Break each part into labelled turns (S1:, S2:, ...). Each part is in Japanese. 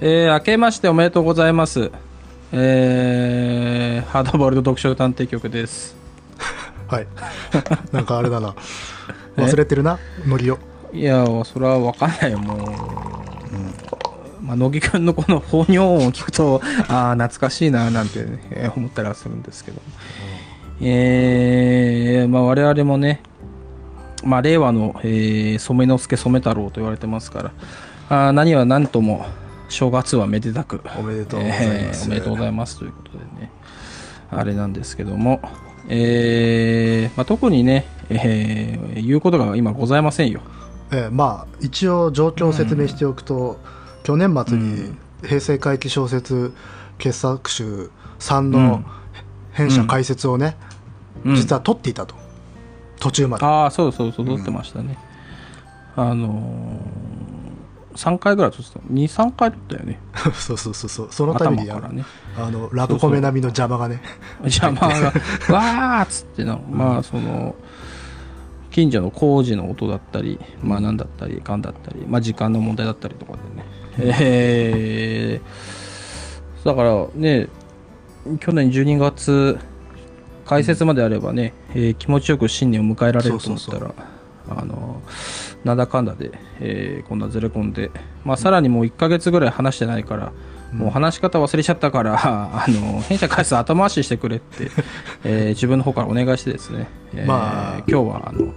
S1: えー、明けましておめでとうございます。えー、ハードボールド読書探偵局です。
S2: はい。 なんかあれだな。忘れてるな、ノリを。
S1: いや、それはわかんないよ、もう。まあ、乃木くんのこの放尿音を聞くと、ああ、懐かしいな、なんて、えー思ったりはするんですけど。えー、まあ、我々もね、まあ、令和の、えー染之助染太郎と言われてますから、あー何は何とも、正月はめでたく、
S2: おめでとうございま
S1: え
S2: す
S1: ーおめでとうございますということでね、あれなんですけども、えーまあ、特にね、えー言うことが今ございませんよ。
S2: えーまあ、一応状況を説明しておくと、去年末に平成怪奇小説傑作集3
S1: うん
S2: の編
S1: う
S2: 者
S1: ん
S2: 解説をね、
S1: うん
S2: 実は撮っていたと。途中まで。
S1: ああ、そうそうそう、撮ってましたね。あのー、3回ぐらい撮ってた。2、3回撮ったよね。
S2: そうそうそうそう。そのた
S1: 頭
S2: めに
S1: か
S2: あ
S1: ら
S2: の、
S1: ね。
S2: あのラブコメ並みの邪魔がね。
S1: 邪魔が、わーっつってな、まあ、その、近所の工事の音だったり、まあ、なんだったり、かんだったり、まあ、時間の問題だったりとかでね。えー、だからね、去年12月、解説まであればね、えー気持ちよく新年を迎えられると思ったら、
S2: そう
S1: あの、なんだかんだで、えーこんなずれ込んで、まあ、さらにもう1ヶ月ぐらい話してないから、もう話し方忘れちゃったから、 あの、弊社会社後回ししてくれ って、えー自分の方からお願いしてですね、えー
S2: まあ
S1: 今日は、あの、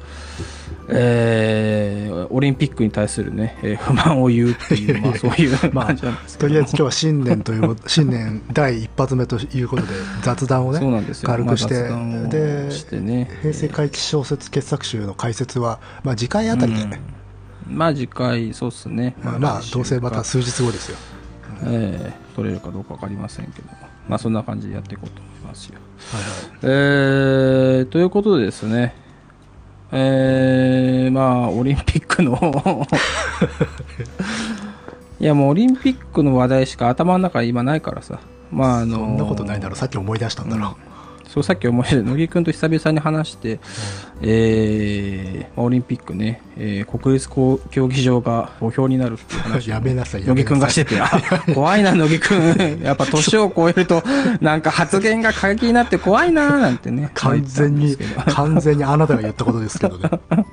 S1: えーオリンピックに対するね、えー不満を言うって いう、まあ、そういう
S2: まあ
S1: 感じなんです、け
S2: と
S1: ど。
S2: りあえず今日は新年ということ新年第一発目ということで雑談をね
S1: そうなんですよ。
S2: 軽くして、
S1: まあ雑談を
S2: で
S1: してね。
S2: 平成怪奇小説傑作集の解説は、まあ、次回あたりで、
S1: うんまあ次回、そうっすね。
S2: まあ、まあ
S1: 来週か
S2: どうせまた数日後ですよ
S1: えー取れるかどうか分かりませんけど、まあそんな感じでやっていこうと思いますよ。
S2: はいはい
S1: えーということでですね、えーまあオリンピック のいやもうオリンピックの話題しか頭の中今ないからさまああの
S2: そんなことないだろうさっき思い出したんだろ
S1: そうさっき思い出して乃木君と久々に話して、えーまあオリンピックね、えー国立こう競技場が土俵になるっていう
S2: う、
S1: 話を
S2: やめなさいや
S1: 乃
S2: め
S1: 木くん
S2: な
S1: が
S2: さい
S1: してて、あ怖いな、乃木く ん。やっぱ年を超えると、なんか発言が過激になって怖いな、なんてね。
S2: 完全
S1: 言
S2: に
S1: ったんです
S2: 完全にあなたが言ったことですけど
S1: け
S2: ね
S1: ど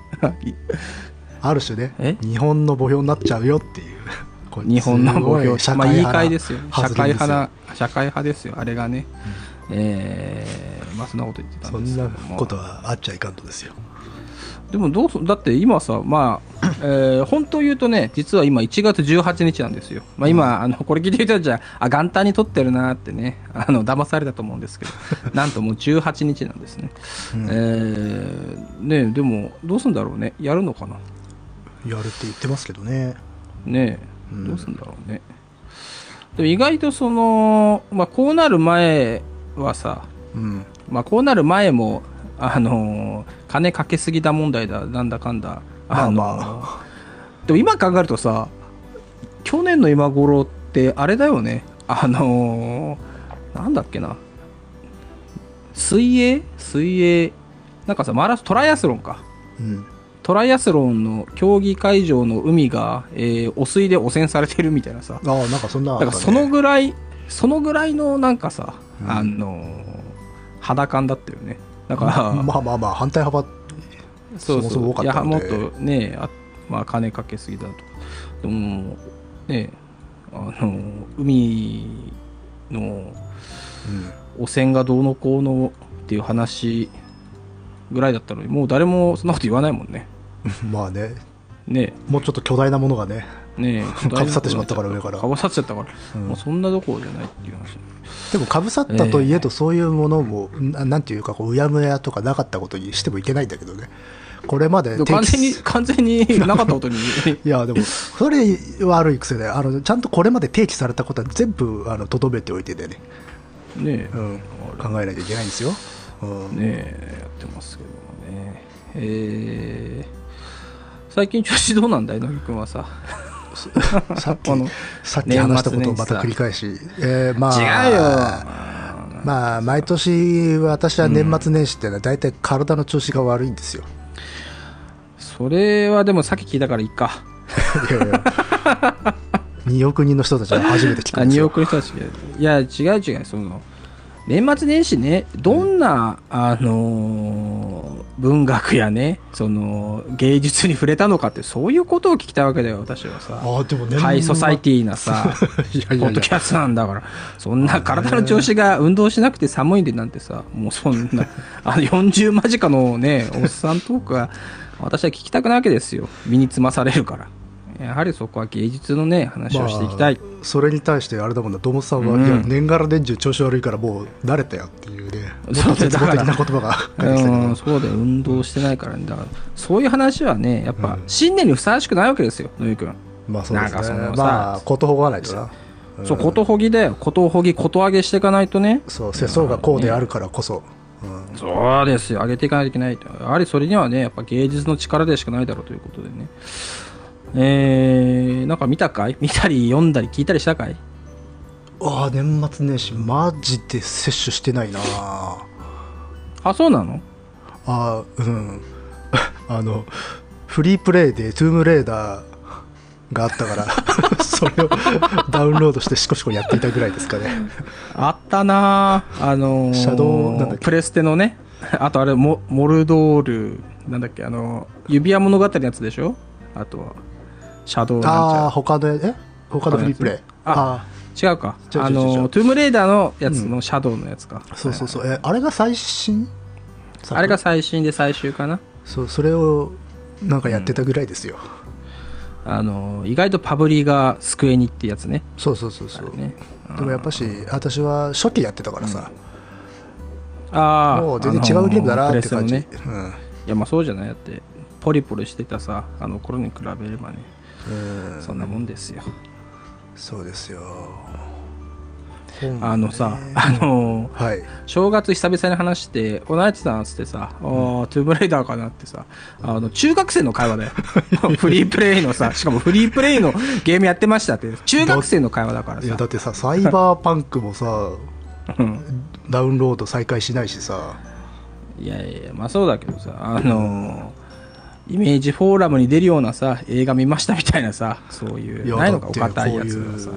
S2: ある種ね
S1: え
S2: 日本の母標になっちゃうよっていうこれ
S1: 日本の目標、
S2: すご
S1: まあ、
S2: い
S1: 言い
S2: 社
S1: 換え
S2: 会派な
S1: ですよ。社
S2: 発言
S1: 会
S2: ですよ
S1: 派な、社会派ですよ、あれがね。えーまあそんなこと言ってた
S2: そ
S1: んです
S2: ん
S1: け
S2: な
S1: ども
S2: ことはあっちゃいかんとですよ
S1: でもどうすだって今さ、まあえー本当言うとね、実は今1月18日なんですよ。まあ、今、あのこれ聞いてる人たちは、あ、元旦に撮ってるなってね、 あの騙されたと思うんですけど、 なんともう18日なんですね。えーねえでも、どうすんだろうね、やるのかな、
S2: やるって言ってますけどね
S1: ねえ
S2: うん
S1: どうすんだろうね。でも意外とその、まあ、こうなる前はさ、
S2: うん
S1: まあ、こうなる前も、あのー金かけすぎだ問題だ、なんだかんだ、
S2: まあ
S1: のーでも今考えるとさ、去年の今頃って、あれだよね、あのーなんだっけな、水泳水泳、なんかさ、マラソトライアスロンか。
S2: うん
S1: トライアスロンの競技会場の海が、えー汚水で汚染されてるみたいなさ、
S2: ああなんかそんなあ
S1: だ
S2: った
S1: からそ
S2: ね
S1: のぐらい、そのぐらいのなんかさ、
S2: うん
S1: あのー肌感だったよね。だから、
S2: まあまあまあ反対派
S1: そうそう
S2: そもそも多かったんで
S1: いやもっとねあ、まあ、金かけすぎだとかでもねあの海の汚染がどうのこうのっていう話ぐらいだったのにもう誰もそんなこと言わないもんね
S2: うん、 まあね
S1: ね
S2: もうちょっと巨大なものがね
S1: えねえ
S2: かぶさってしまったから上から
S1: かぶさっちゃったから、
S2: うん
S1: もうそんなどころじゃないっていう話
S2: でもかぶさったといえどそういうものも、ななんていうかこううやむやとかなかったことにしてもいけないんだけどねこれまで
S1: でも完全に
S2: 定期
S1: 完全になかったことに
S2: いやでもそれ悪い癖であのちゃんとこれまで提起されたことは全部あのとどめておいてでね、
S1: ねえ
S2: うん、考えないといけないんですよ、う
S1: ね
S2: ん
S1: えやってますけどもねえー最近調子どうなんだいのぎくんはさ
S2: さっき
S1: あの
S2: さっき話したことを
S1: 年末年始
S2: ま
S1: さ
S2: た繰り返し、えーまあ
S1: 違うよ
S2: まあ毎年私は年末年始ってのは大体体の調子が悪いんですよ、
S1: それはでもさっき聞いたからいいか
S2: いやいや2億人の人たちは初めて聞
S1: あ
S2: くんです
S1: 2
S2: よ
S1: 億の人たちがいや違う違うその年末年始ねどんな、あのー文学やねその芸術に触れたのかってそういうことを聞きたいわけだよ私はさ
S2: ああでもね
S1: ハイソサイティなさ
S2: いやい
S1: ポッ
S2: やい
S1: ド
S2: や
S1: キャストなんだからそんな体の調子が運動しなくて寒いんでなんてさもうそんなあの40間近のねおっさんトークが私は聞きたくないわけですよ身につまされるからやはりそこは芸術のね話をしていきたい、
S2: まあそれに対してあれだもんな堂本さんは、
S1: うん
S2: いや年がら年中調子悪いからもう慣れたよっていうねもっ
S1: そう
S2: と絶望的な言葉が返ってきたけど
S1: うん、そうだよ運動してないからねだからそういう話はねやっぱ新年にふさわしくないわけですよ野井君、
S2: まあそうで
S1: なんか
S2: す
S1: そ
S2: ね
S1: のさ
S2: まあことほがないとなうん
S1: そうことほぎだよことほぎこと上げしていかないとね
S2: そう世相がこうであるからこそ、うん
S1: そうですよ上げていかないといけないとやはりそれにはねやっぱ芸術の力でしかないだろうということでねえー、なんか見たかい見たり読んだり聞いたりしたかい
S2: ああ年末年始マジで摂取してないなあ
S1: あそうなの
S2: あーうん あのフリープレイで「トゥームレーダー」があったから それをダウンロードしてシコシコやっていたぐらいですかね
S1: あったなああのー
S2: シャドウなんだっけ
S1: プレステのねあとあれモモルドールなんだっけあの指輪物語のやつでしょあとはシャドウなんちゃ
S2: ああ
S1: ら
S2: ー他のえ他のフリープレイ
S1: あ
S2: あ
S1: 違うか
S2: 違う違う違う
S1: あのトゥームレイダーのやつのシャドウのやつか、
S2: ーそうそう
S1: う
S2: そうえあれが最新作
S1: あれが最新で最終かな
S2: そうそれをなんかやってたぐらいですよ、
S1: あのー意外とパブリが救えにってやつね
S2: そうそうそうそう、
S1: ね
S2: でもやっぱし私は初期やってたからさ、
S1: ああ
S2: もう全然違うゲームだなって感じ、
S1: あのープレステのねいやまあそうじゃないだってポリポリしてたさあの頃に比べればね
S2: うん、うん
S1: そんなもんですよ、
S2: そうですよ
S1: あのさあのー
S2: はい
S1: 正月久々に話して「おなじさん」っつってさ「あートゥームレイダーかな」ってさあの中学生の会話だよ フリープレイのさしかもフリープレイのゲームやってましたって中学生の会話だから
S2: いや
S1: さ
S2: だってさサイバーパンクもさ
S1: うん
S2: ダウンロード再開しないしさ
S1: いやいやまあそうだけどさあのーイメージフォーラムに出るようなさ映画見ましたみたいなさそういうないのかお
S2: だっ
S1: 堅いやつ
S2: こ
S1: がさ
S2: ういう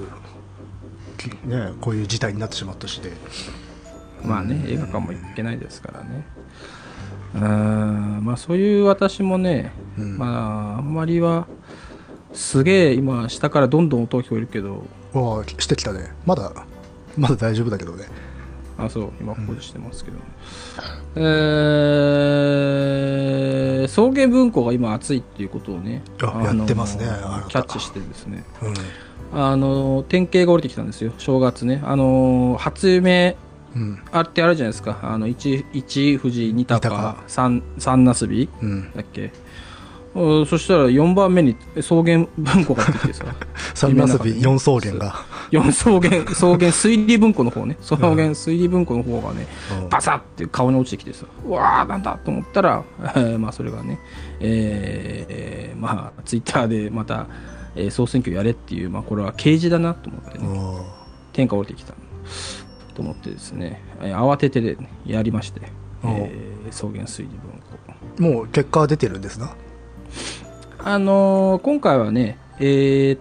S2: きねこういう事態になってしまったしで
S1: まあね映画館も行けないですからねうーんまあそういう私もね、
S2: うん
S1: まああんまりはすげえ今下からどんどん音が聞こえるけど
S2: わあしてきたねまだまだ大丈夫だけどね
S1: あそう今ここでしてますけど、えー送迎文庫が今熱いっていうことをねの
S2: あ
S1: ー
S2: やってますねあなた
S1: キャッチしてですね
S2: うん
S1: あのー典型が降りてきたんですよ正月ねあのー初夢
S2: うん
S1: あってあるじゃないですかあの 1, 一富士2
S2: 二
S1: 鷹
S2: 鷹
S1: 三三なすび
S2: うん
S1: だっけうんそしたら4番目に草原文庫が出てきてさ
S2: 三遊び四草原が
S1: 4草原草原推理文庫の方ね草原推理文庫の方がね、
S2: うん
S1: バサッて顔に落ちてきてさうわーなんだと思ったら、 えーまあそれがねえーえーまあツイッターでまた、えー総選挙やれっていうまあこれは刑事だなと思ってね、
S2: うん
S1: 天下降りてきたと思ってですね、えー慌てて、ね、やりまして、え
S2: お
S1: ー
S2: う
S1: 草原推理文庫
S2: もう結果は出てるんですな
S1: あのー今回はねえーっ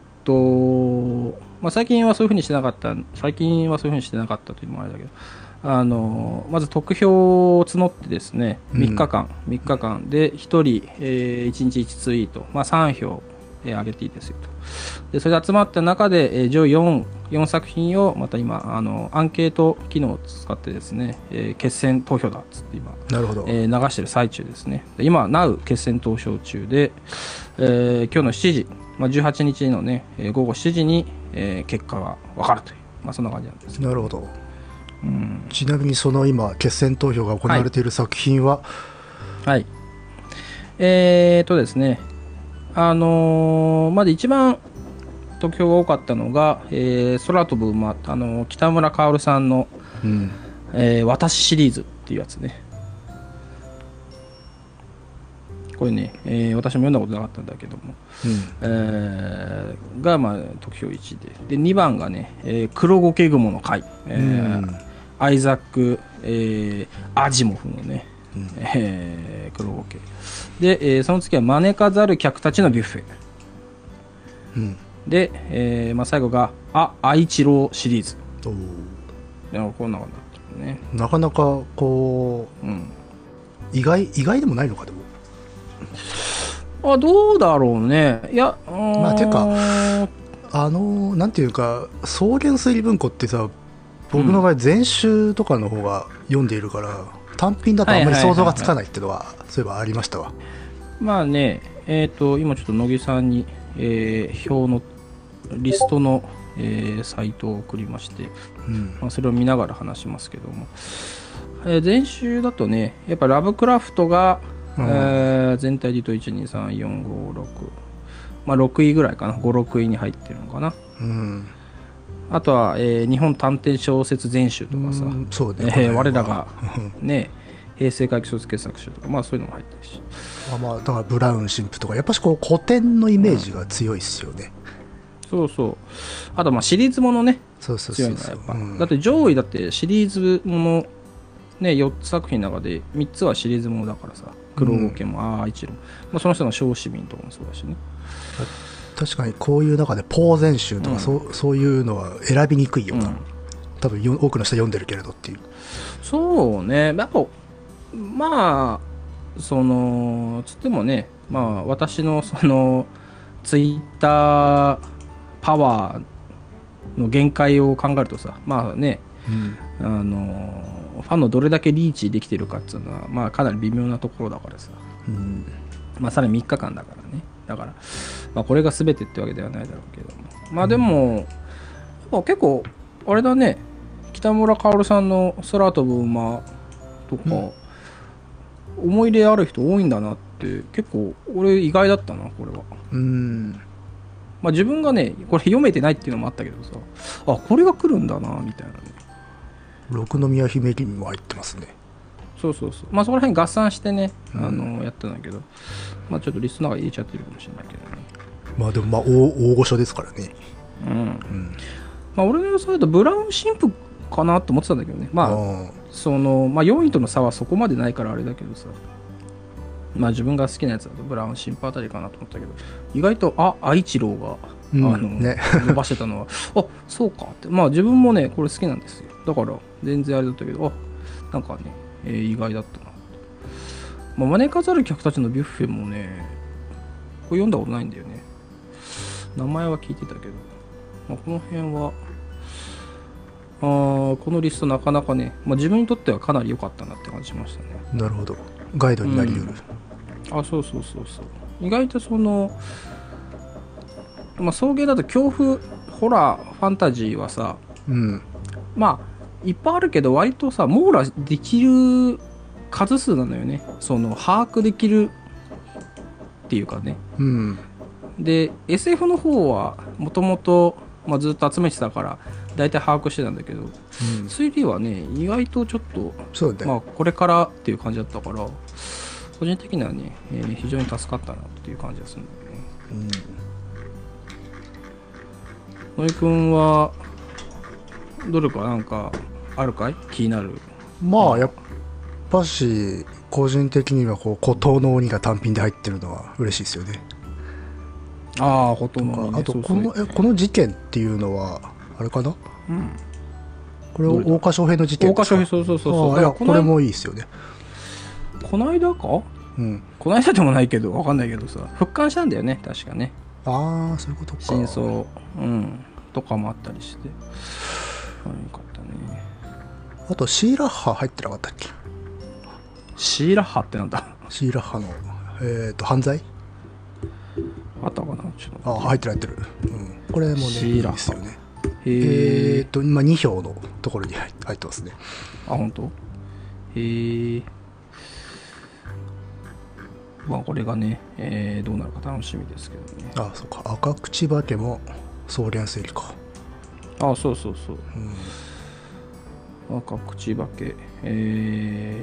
S1: と、まあ、最近はそういうふうにしてなかった最近はそういうふうにしてなかったというのもあれだけどあのーまず得票を募ってですね
S2: うん
S1: 3日間、3日間で1人、え1日1ツイート、まあ、3票、えー上げていいですよとでそれで集まった中で、えー上位 4, 4作品をまた今あのアンケート機能を使ってですね、えー決選投票だっつって今
S2: なるほど、
S1: えー流してる最中ですね。で今、なう決戦投票中で、えー今日の7時、まあ、18日のね、えー午後7時に、えー結果が分かるという、まあ、そんな感じなんです。
S2: なるほど
S1: うん
S2: ちなみにその今決選投票が行われている作品は、
S1: はい。えー、とですね、あのーまず一番得票が多かったのが、えー空飛ぶ馬、あのー北村薫さんの、
S2: うん
S1: えー私シリーズっていうやつね。これね、えー私も読んだことなかったんだけども、えーが、まあ、得票1でで2番がね、えー黒ゴケグモの会、えー
S2: うん
S1: アイザック、えーアジモフのね、
S2: うん
S1: えー黒ゴケで、えーその次は招かざる客たちのビュッフェ
S2: うん
S1: で、えーまあ、最後が「あ愛知郎」シリーズ
S2: おー
S1: いやこんなのがなってるね
S2: なかなかこ
S1: うん
S2: う意外意外でもないのかでも
S1: あどうだろうねいや
S2: あ
S1: ま
S2: てか
S1: か
S2: あのーなんていうか草原推理文庫ってさ僕の場合全集とかの方が読んでいるから、単品だとあんまり想像がつかないっていうのはそういえばありましたわ
S1: まあねえっ、と今ちょっと乃木さんに、えー表のリストの、えーサイトを送りまして
S2: うん
S1: まあ、それを見ながら話しますけども、えー前週だとねやっぱラブクラフトが、
S2: うん
S1: えー全体で言うと123456まあ6位ぐらいかな56位に入ってるのかな
S2: うん
S1: あとは、えー日本短編小説全集とかさ、
S2: うんそうね、
S1: えー我ら
S2: が
S1: がね平成回帰小説傑作集とかまあそういうのも入ってるし
S2: あまあだからブラウン神父とかやっぱしこう古典のイメージが強いっすよね、
S1: そうそうあとまあシリーズものね
S2: そうそうそ
S1: 強いの
S2: う
S1: は
S2: そ
S1: や
S2: う
S1: っぱ、
S2: うん
S1: だって上位だってシリーズものね4つ作品の中で3つはシリーズものだからさ黒王家も、ああ一郎も、まあ、その人の小市民とかもそうだしね
S2: 確かにこういう中でポーゼン集とか、
S1: うん
S2: そうそういうのは選びにくいような、
S1: うん
S2: 多分よ多くの人は読んでるけれどっていう
S1: そうねやっぱまあそのつってもねまあ私のそのツイッターパワーの限界を考えるとさまあねあのファンのどれだけリーチできてるかっていうのはまあかなり微妙なところだからさ
S2: うん
S1: まあ、さらに3日間だからね。だから、まあ、これが全てってわけではないだろうけども。まあでも、やっぱ結構、あれだね、北村薫さんの空飛ぶ馬とか、思い入れある人多いんだなって、結構、俺意外だったな、これは。
S2: うん
S1: まあ自分がね、これ読めてないっていうのもあったけどさ、あ、これが来るんだな、みたいなね。
S2: 六宮姫君も入ってますね
S1: そうそうそう。まあそこら辺合算してね、
S2: うん
S1: あの、やったんだけど、まあちょっとリストの中に入れちゃってるかもしれないけどね。
S2: まあでもまあ大大御所ですからね、
S1: うん。
S2: うん、
S1: まあ、俺の予想だとブラウン神父かなと思ってたんだけどね、まあ
S2: あ
S1: そのまあ、4位との差はそこまでないからあれだけどさ、まあ、自分が好きなやつだとブラウン神父あたりかなと思ったけど意外とあ愛知郎が、
S2: うん
S1: あの
S2: ね
S1: 伸ばしてたのはあそうかって、まあ、自分もねこれ好きなんですよだから全然あれだったけどあなんかね、えー意外だったなと、まあ、招かざる客たちのビュッフェもねこれ読んだことないんだよね名前は聞いてたけど、まあ、この辺はあーこのリストなかなかね、まあ、自分にとってはかなり良かったなって感じましたね
S2: なるほどガイドになり得る、
S1: あそうそうそうそう意外とそのまあ送迎だと恐怖ホラーファンタジーはさ
S2: うん
S1: まあいっぱいあるけど割とさ網羅できる数数なのよねその把握できるっていうかね
S2: うん
S1: で SF の方はもともとずっと集めてたから大体把握してたんだけど
S2: うん、
S1: 推理はね意外とちょっと
S2: そうだね、
S1: まあ、これからっていう感じだったから、個人的にはね、えー非常に助かったなっていう感じがするんだよね。
S2: う
S1: 野
S2: ん
S1: 井君は、どれかなんかあるかい気になる。
S2: まあやっぱし個人的にはこう孤島の鬼が単品で入ってるのは嬉しいですよね。
S1: ああ、ほとんど、ね。
S2: あと
S1: そう
S2: こ
S1: そう
S2: のえこの事件っていうのはあれかな
S1: うん。
S2: これ
S1: どれだ
S2: 大川翔平の事件
S1: 大
S2: で
S1: 花
S2: すか
S1: 商品、そうそうそう
S2: あ
S1: そ
S2: あ
S1: う。
S2: いや
S1: こ
S2: こ
S1: の
S2: れもいいですよね。
S1: この間か
S2: うん、
S1: この間でもないけど、わかんないけどさ、復刊したんだよね、確かね。
S2: ああそういうことか。
S1: 真相、うん、とかもあったりして。あよかったね。
S2: あとシーラッハ入ってなかったっけ
S1: シーラッハってなんだ
S2: シーラッハの、えー、と犯罪
S1: あったかなちょっと
S2: あ入ってる入ってる。うん、これもね
S1: シ
S2: いい
S1: ーラッハ
S2: ですよね。
S1: へ
S2: え
S1: ー
S2: ー、と今2票のところに入入ってますね。
S1: あ、本当へえ。まあ、これがね、えーどうなるか楽しみですけどね。
S2: あそうか赤口化けも総連整理か。
S1: あ、そうそうそう。
S2: うん
S1: 赤口化け、え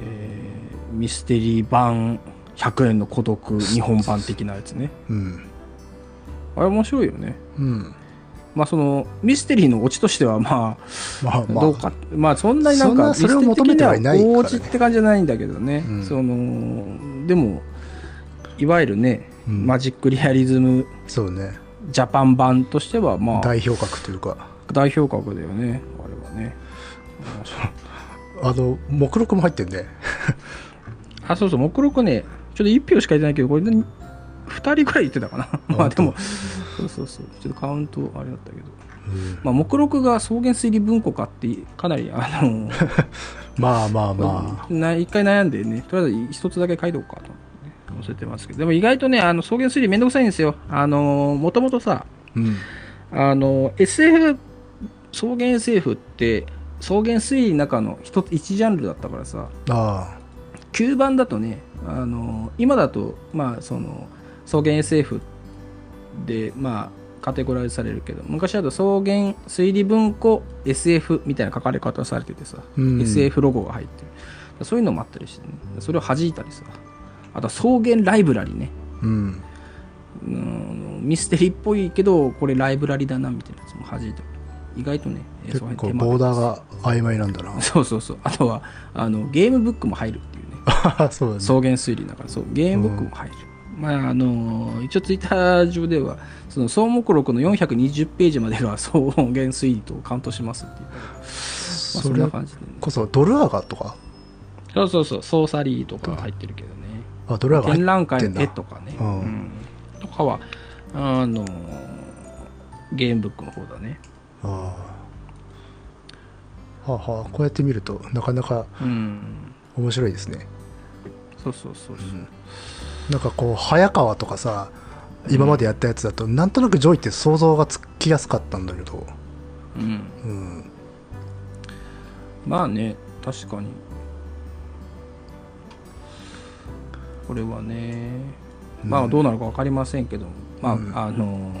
S1: ーミステリー版100円の孤独日本版的なやつね。
S2: うん
S1: あれ面白いよね。
S2: うん
S1: まあ、そのミステリーのオチとしてはまあ
S2: まあまあ
S1: どうか、まあ、そんなになんか
S2: そんなそれを求めてはいないからね
S1: ミステリー的には大落ちって感じじゃないんだけどね、
S2: うん
S1: そのでもいわゆるね、
S2: うん
S1: マジックリアリズム
S2: そうね
S1: ジャパン版としては、まあ、
S2: 代表格というか
S1: 代表格だよね、あれはね。
S2: あの目録も入ってんね
S1: あ、そうそう、目録ね、ちょっと1票しか入れてないけど、これ、2人くらい言ってたかな。まあ、でも、そうそうそう、ちょっとカウント、あれだったけど。
S2: うん
S1: まあ、目録が草原推理文庫かって、かなり、あの、
S2: まあまあ ま
S1: な一回悩んでね、とりあえず一つだけ書いておこうかと思ってね載せてますけど、でも意外とね、あの草原推理めんどくさいんですよ。あの、もともとさ、
S2: あ、うん、
S1: あの、SF、草原 SF って、草原推理の中の一つ、一ジャンルだったからさ、
S2: あ
S1: 9番だとね、あの、今だと、まあ、その、草原 SF で、まあ、カテゴライズされるけど、昔だと草原推理文庫 SF みたいな書かれ方されててさ、
S2: あ、うん、
S1: SF ロゴが入ってるそういうのもあったりしてねそれを弾いたりさあとは草原ライブラリね
S2: うん
S1: うんミステリーっぽいけどこれライブラリだなみたいなやつも弾いたり意外とね
S2: 結
S1: そういう
S2: 構
S1: 手間
S2: ボーダーが曖昧なんだな
S1: そうそうそうあとはあのゲームブックも入るっていうね
S2: そうだね
S1: 草原推理だからそうゲームブックも入る、まああの一応ツイッター上ではその総目録の420ページまでが草原推理とカウントしますっていう、まあ、そ
S2: そ
S1: んな
S2: れ
S1: 感じでね
S2: こそドルアガとか
S1: そうそうそうソーサリーとか入ってるけどね
S2: あドルアガ
S1: 展
S2: 入
S1: 覧会
S2: ってん
S1: の
S2: だ
S1: 絵とかね、
S2: うん
S1: うんとかはあのゲームブックの方だね、
S2: ああはあはあこうやって見るとなかなか
S1: うん、
S2: 面白いですね
S1: そうそうそうそう、
S2: なんかこう早川とかさ今までやったやつだと、なんとなく上位って想像がつきやすかったんだけど、
S1: うん
S2: うん、
S1: まあね確かにこれはねまあどうなるか分かりませんけど、まあ、
S2: うん
S1: あの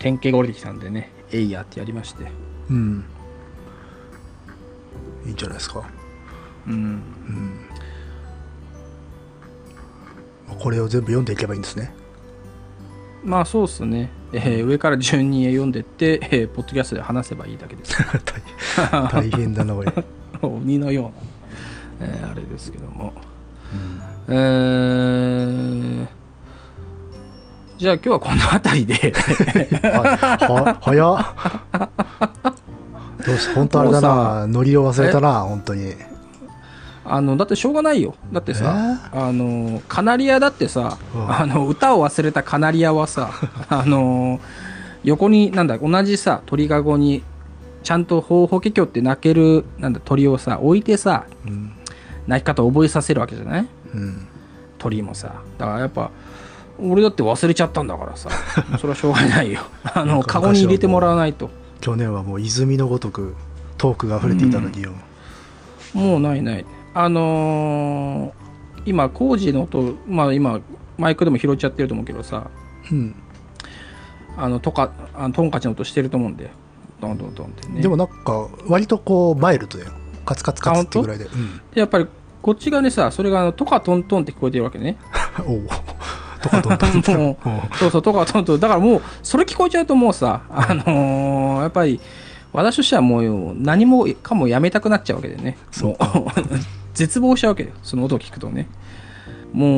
S1: 典型が降りてきたんでねえいやってやりまして
S2: うん、いいんじゃないですか、
S1: うん
S2: うん、これを全部読んでいけばいいんですね
S1: まあそうっすね、えー上から順に読んでって、えーポッドキャストで話せばいいだけです
S2: 大大変だな俺、
S1: 鬼のような、えーあれですけども、えーじゃあ今日はこの辺り で
S2: はは早っどうして本当あれだ
S1: も
S2: なノリを忘れたな本当に
S1: あのだってしょうがないよだってさ、あのカナリアだってさ、
S2: うん
S1: あの歌を忘れたカナリアは さあの横になんだ同じさ鳥かごにちゃんとホウホケキョって鳴けるなんだ鳥をさ置いてさ
S2: うん
S1: 鳴き方を覚えさせるわけじゃない
S2: うん
S1: 鳥もさだからやっぱ俺だって忘れちゃったんだからさそれはしょうがない よあ
S2: なん
S1: のカ
S2: か
S1: ゴに入れてもらわないと
S2: 去年はもう泉のごとくトークが溢れていたのによ、
S1: もうないないあのー今工事の音まあ今マイクでも拾っちゃってると思うけどさ
S2: うん
S1: あのとかあのトンカチの音してると思うんでドンドンドンってね
S2: でもなんか割とこうマイルドだよカツカツカツってぐらいで、うん、
S1: でやっぱりこっちがねさそれがあのトカトントンって聞こえてるわけね
S2: おおとかどんどん
S1: もうそうそうトカトントンだからもうそれ聞こえちゃうともうさあのーやっぱり私としてはもう何もかもやめたくなっちゃうわけでね
S2: そう
S1: もう 絶望しちゃうわけよその音を聞くとねもう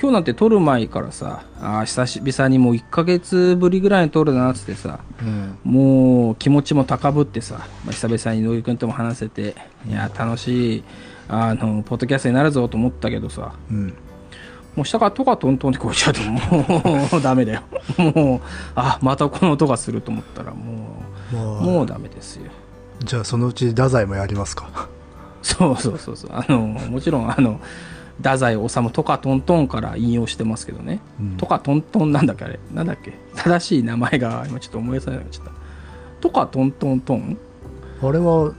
S1: 今日なんて撮る前からさあー久し々にもう1ヶ月ぶりぐらいに撮るなっつってさ
S2: うん
S1: もう気持ちも高ぶってさ、まあ、久々に野木君とも話せていや楽しいあのポッドキャストになるぞと思ったけどさ
S2: うん
S1: もう下からトカトントンってこえちゃうともうダメだよもうあまたこの音がすると思ったらもう
S2: まあ
S1: もうダメですよ
S2: じゃあそのうち太宰もやりますか
S1: そうそうそうそうあのもちろんあの太宰治トカトントンから引用してますけどね、
S2: うん
S1: トカトントンなんだっけあれなんだっけ正しい名前が今ちょっと思い出せないちゃったトカトントントン
S2: あれは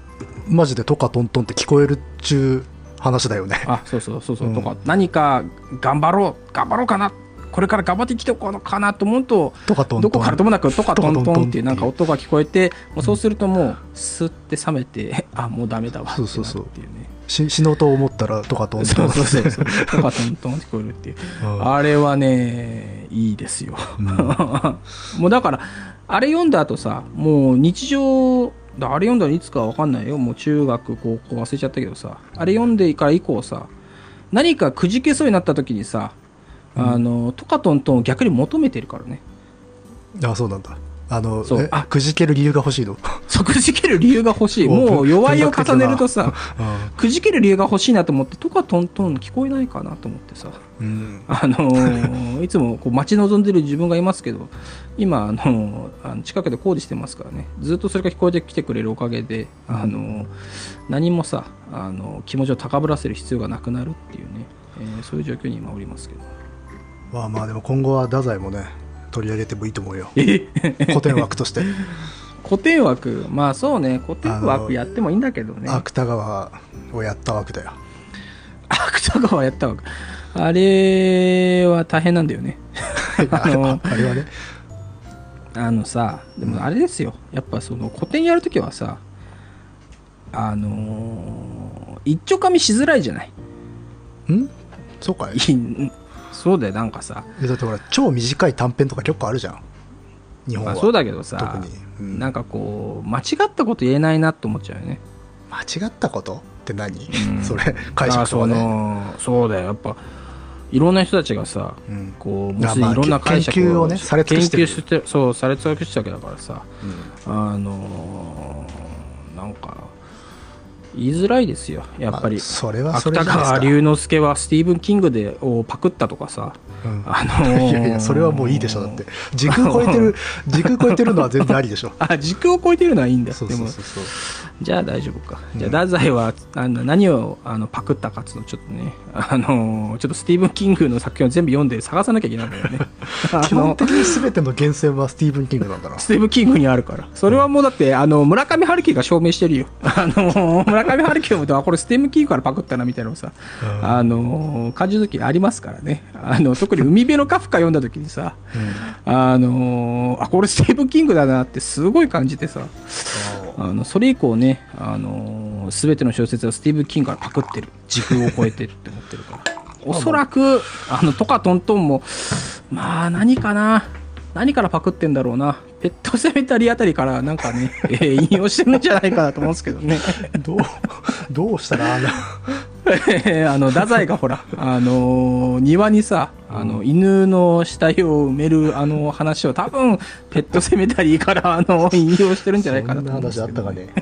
S2: マジでトカトントンって聞こえるっちゅう話だよね
S1: あそうそうそうそう、
S2: うん
S1: とか何か頑張ろう頑張ろうかなこれから頑張ってきておこうかなと思うと
S2: トカトン
S1: ど
S2: トン
S1: こからともなくトカトン
S2: ト
S1: ト
S2: カトントン
S1: ンっ
S2: っ
S1: ててい
S2: い
S1: ううなんか音が聞こえて、もうそうするともうスッて冷めて あもうダメだわ
S2: そうそうそう
S1: ってなるっていうね
S2: し死のうと思ったらトカトント
S1: そ
S2: ン
S1: うそうそうそうトカトントンって聞こえるっていう
S2: うん
S1: あれはねいいですよ
S2: うん
S1: もうだからあれ読んだ後さもう日常だあれ読んだのいつかわかんないよもう中学高校忘れちゃったけどさあれ読んでから以降さ何かくじけそうになった時にさ、あのトカトントンを逆に求めてるからね
S2: あそうなんだあの
S1: そう
S2: え
S1: あ
S2: くじける理由が欲しい の
S1: 即じける理由が欲しい
S2: お
S1: もう弱いを
S2: 文学的な
S1: 重ねるとさ
S2: あ
S1: くじける理由が欲しいなと思って「とかトントン聞こえないかな?」と思ってさ
S2: ー うん
S1: あの ーいつもこう待ち望んでる自分がいますけど今、あのーあの近くで工事してますからねずっとそれが聞こえてきてくれるおかげで、あのー何もさ、あのー気持ちを高ぶらせる必要がなくなるっていうね、えーそういう状況に今おりますけど
S2: まあまあでも今後は太宰もね取り上げてもいいと思 うよ
S1: え
S2: 古典枠として
S1: 古典枠まあそうね古典
S2: あの
S1: 枠やってもいいんだけどね
S2: 芥川をやった枠だよ
S1: 芥川やったわあれは大変なんだよねあの
S2: あれはね
S1: あのさでもあれですよやっぱその古典やるときはさあのー一丁噛みしづらいじゃない
S2: んそうかい
S1: いんそうだよなんかさ、
S2: えだってほら超短い短編とか結構あるじゃん日本
S1: ま
S2: は、
S1: あ、そうだけどさ
S2: 特に、うん
S1: なんかこう間違ったこと言えないなと思っちゃうよね
S2: 間違ったことって何、
S1: うん
S2: それ解釈とか
S1: あ
S2: ね、
S1: そのそうだよやっぱいろんな人たちがさ
S2: うん
S1: こうも
S2: まあ
S1: うすでにいろんな解釈
S2: 研究をねされ尽くしてる
S1: 研究してそうされ尽くしてるわけだからさ
S2: うん
S1: あのーなんか言いづらいですよやっぱり、
S2: まあそれはそれじ
S1: 芥
S2: ゃないです
S1: 川
S2: か
S1: 龍之介はスティーブン・キングでをパクったとかさ、
S2: うん
S1: あのー
S2: いやいやそれはもういいでしょだって時空超 えてる時空超えてるのは全然ありでしょ
S1: あ時空を超えてるのはいいんだ
S2: そうそう
S1: で
S2: そうそう
S1: もじゃあ大丈夫か、じゃあ
S2: うん
S1: 太宰はあの何をあのパクったかっつうのちょっとね、あのーちょっとスティーブン・キングの作品を全部読んで探さなきゃいけないんだよ ねあの
S2: 基本的に全ての源泉はスティーブン・キングなんだな
S1: スティーブ・キングにあるから。それはもうだって、あの、村上春樹が証明してるよ。 あの、村上春樹を見て、あ、これスティーブ・キングからパクったな、みたいなのをさ、
S2: うん
S1: あの、感じる時ありますからね。あの、特に海辺のカフカ読んだ時にさ、あの、あ、これスティーブ・キングだなってすごい感じてさ、
S2: そ
S1: あの、それ以降ね、あの、すべての小説はスティーブ・キングからパクってる。時空を超えてって思ってる から。おそらく、あの、トカトントンも、まあ、何かな。何からパクってんだろうな。ペットセメタリーあたりから、なんか ね、えー引用してるんじゃないかな と思うんですけどね。
S2: うどうどうしたらあんな
S1: えーあの、太宰がほら、あのー庭にさ、あの、犬の死体を埋める、あの、話を多分、ペットセメタリーから、あの、引用してるんじゃないかな
S2: そ
S1: んと
S2: な
S1: 思うんで
S2: 話
S1: す
S2: あっ
S1: け
S2: た
S1: ど
S2: か
S1: ね
S2: ね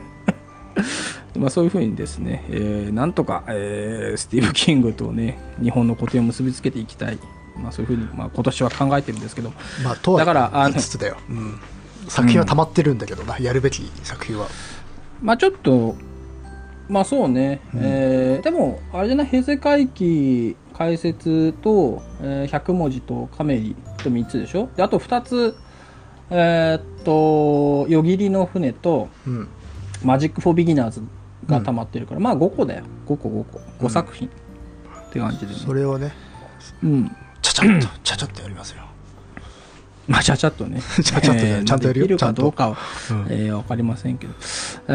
S1: まあ、そういうふうにですね、えーなんとか、えースティーブ・キングとね日本の古典を結びつけていきたい、まあ、そういうふうに、まあ、今年は考えてるんですけど
S2: まあとは
S1: だからあの
S2: 言いつつだよ、うん作品は溜まってるんだけどな、やるべき作品は
S1: まあちょっとまあそうね、えーでもあれじゃない平成回帰解説と、えー100文字とカメリと3つでしょであと2つえーっと「よぎりの船」と
S2: うん
S1: 「マジック・フォー・ビギナーズ」が溜まってるから、まあ5個だよ5個5個5作品、って感じで、ね、
S2: それをね
S1: うん
S2: ちゃちゃっとちゃちゃっとやりますよ
S1: まあ、ちゃちゃっとね。
S2: ちゃちゃっとね
S1: えー
S2: ちゃんとやるよ
S1: できる
S2: ちゃ
S1: か
S2: んと
S1: どうかは、
S2: うん
S1: えーわかりませんけど。え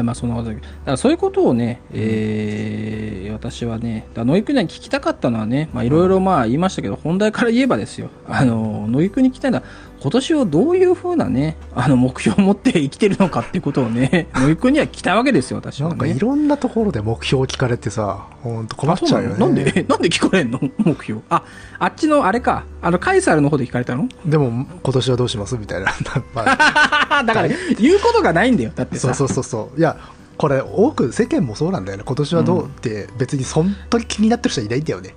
S1: ーまあ、そんなことだけど。だからそういうことをね、えー私はね、だから野井君に聞きたかったのはね、まあ、いろいろまあ言いましたけど、本題から言えばですよ、あの、野井君に聞きたいのは、今年をどういうふうなね、あの、目標を持って生きてるのかっていうことをね、 野井君には聞きたいわけですよ、私は、
S2: な
S1: ね。
S2: んかいろんなところで目標を聞かれてさほんと困っちゃうよね
S1: あそうなのなんで、え なんで聞かれんの目標。あ、あっちの、あれか、あの、カイサルの方で聞かれたの
S2: でも今年はどうしますみ たいなまあ
S1: だから言うことがないんだよだって
S2: そう
S1: さ
S2: そうそうそういやこれ多く世間もそうなんだよね今年はどうって、別にそんと気になってる人はいないんだよね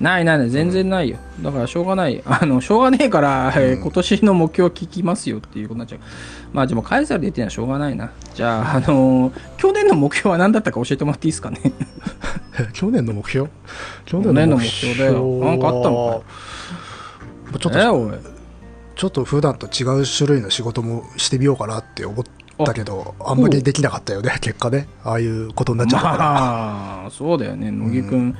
S1: ないないない全然ないよだからしょうがないあのしょうがねえから、えー今年の目標聞きますよっていうことになっちゃうまあでもカエサルで言ってるのはしょうがないなじゃああのー去年の目標は何だったか教えてもらっていいですかね
S2: 去年の目標去
S1: 年の目標だよなんかあったのえ
S2: かちょっと
S1: おい
S2: ちょっと普段と違う種類の仕事もしてみようかなって思ったけどあんまりできなかったよね結果ねああいうことになっちゃったから、
S1: まあそうだよね乃木くん、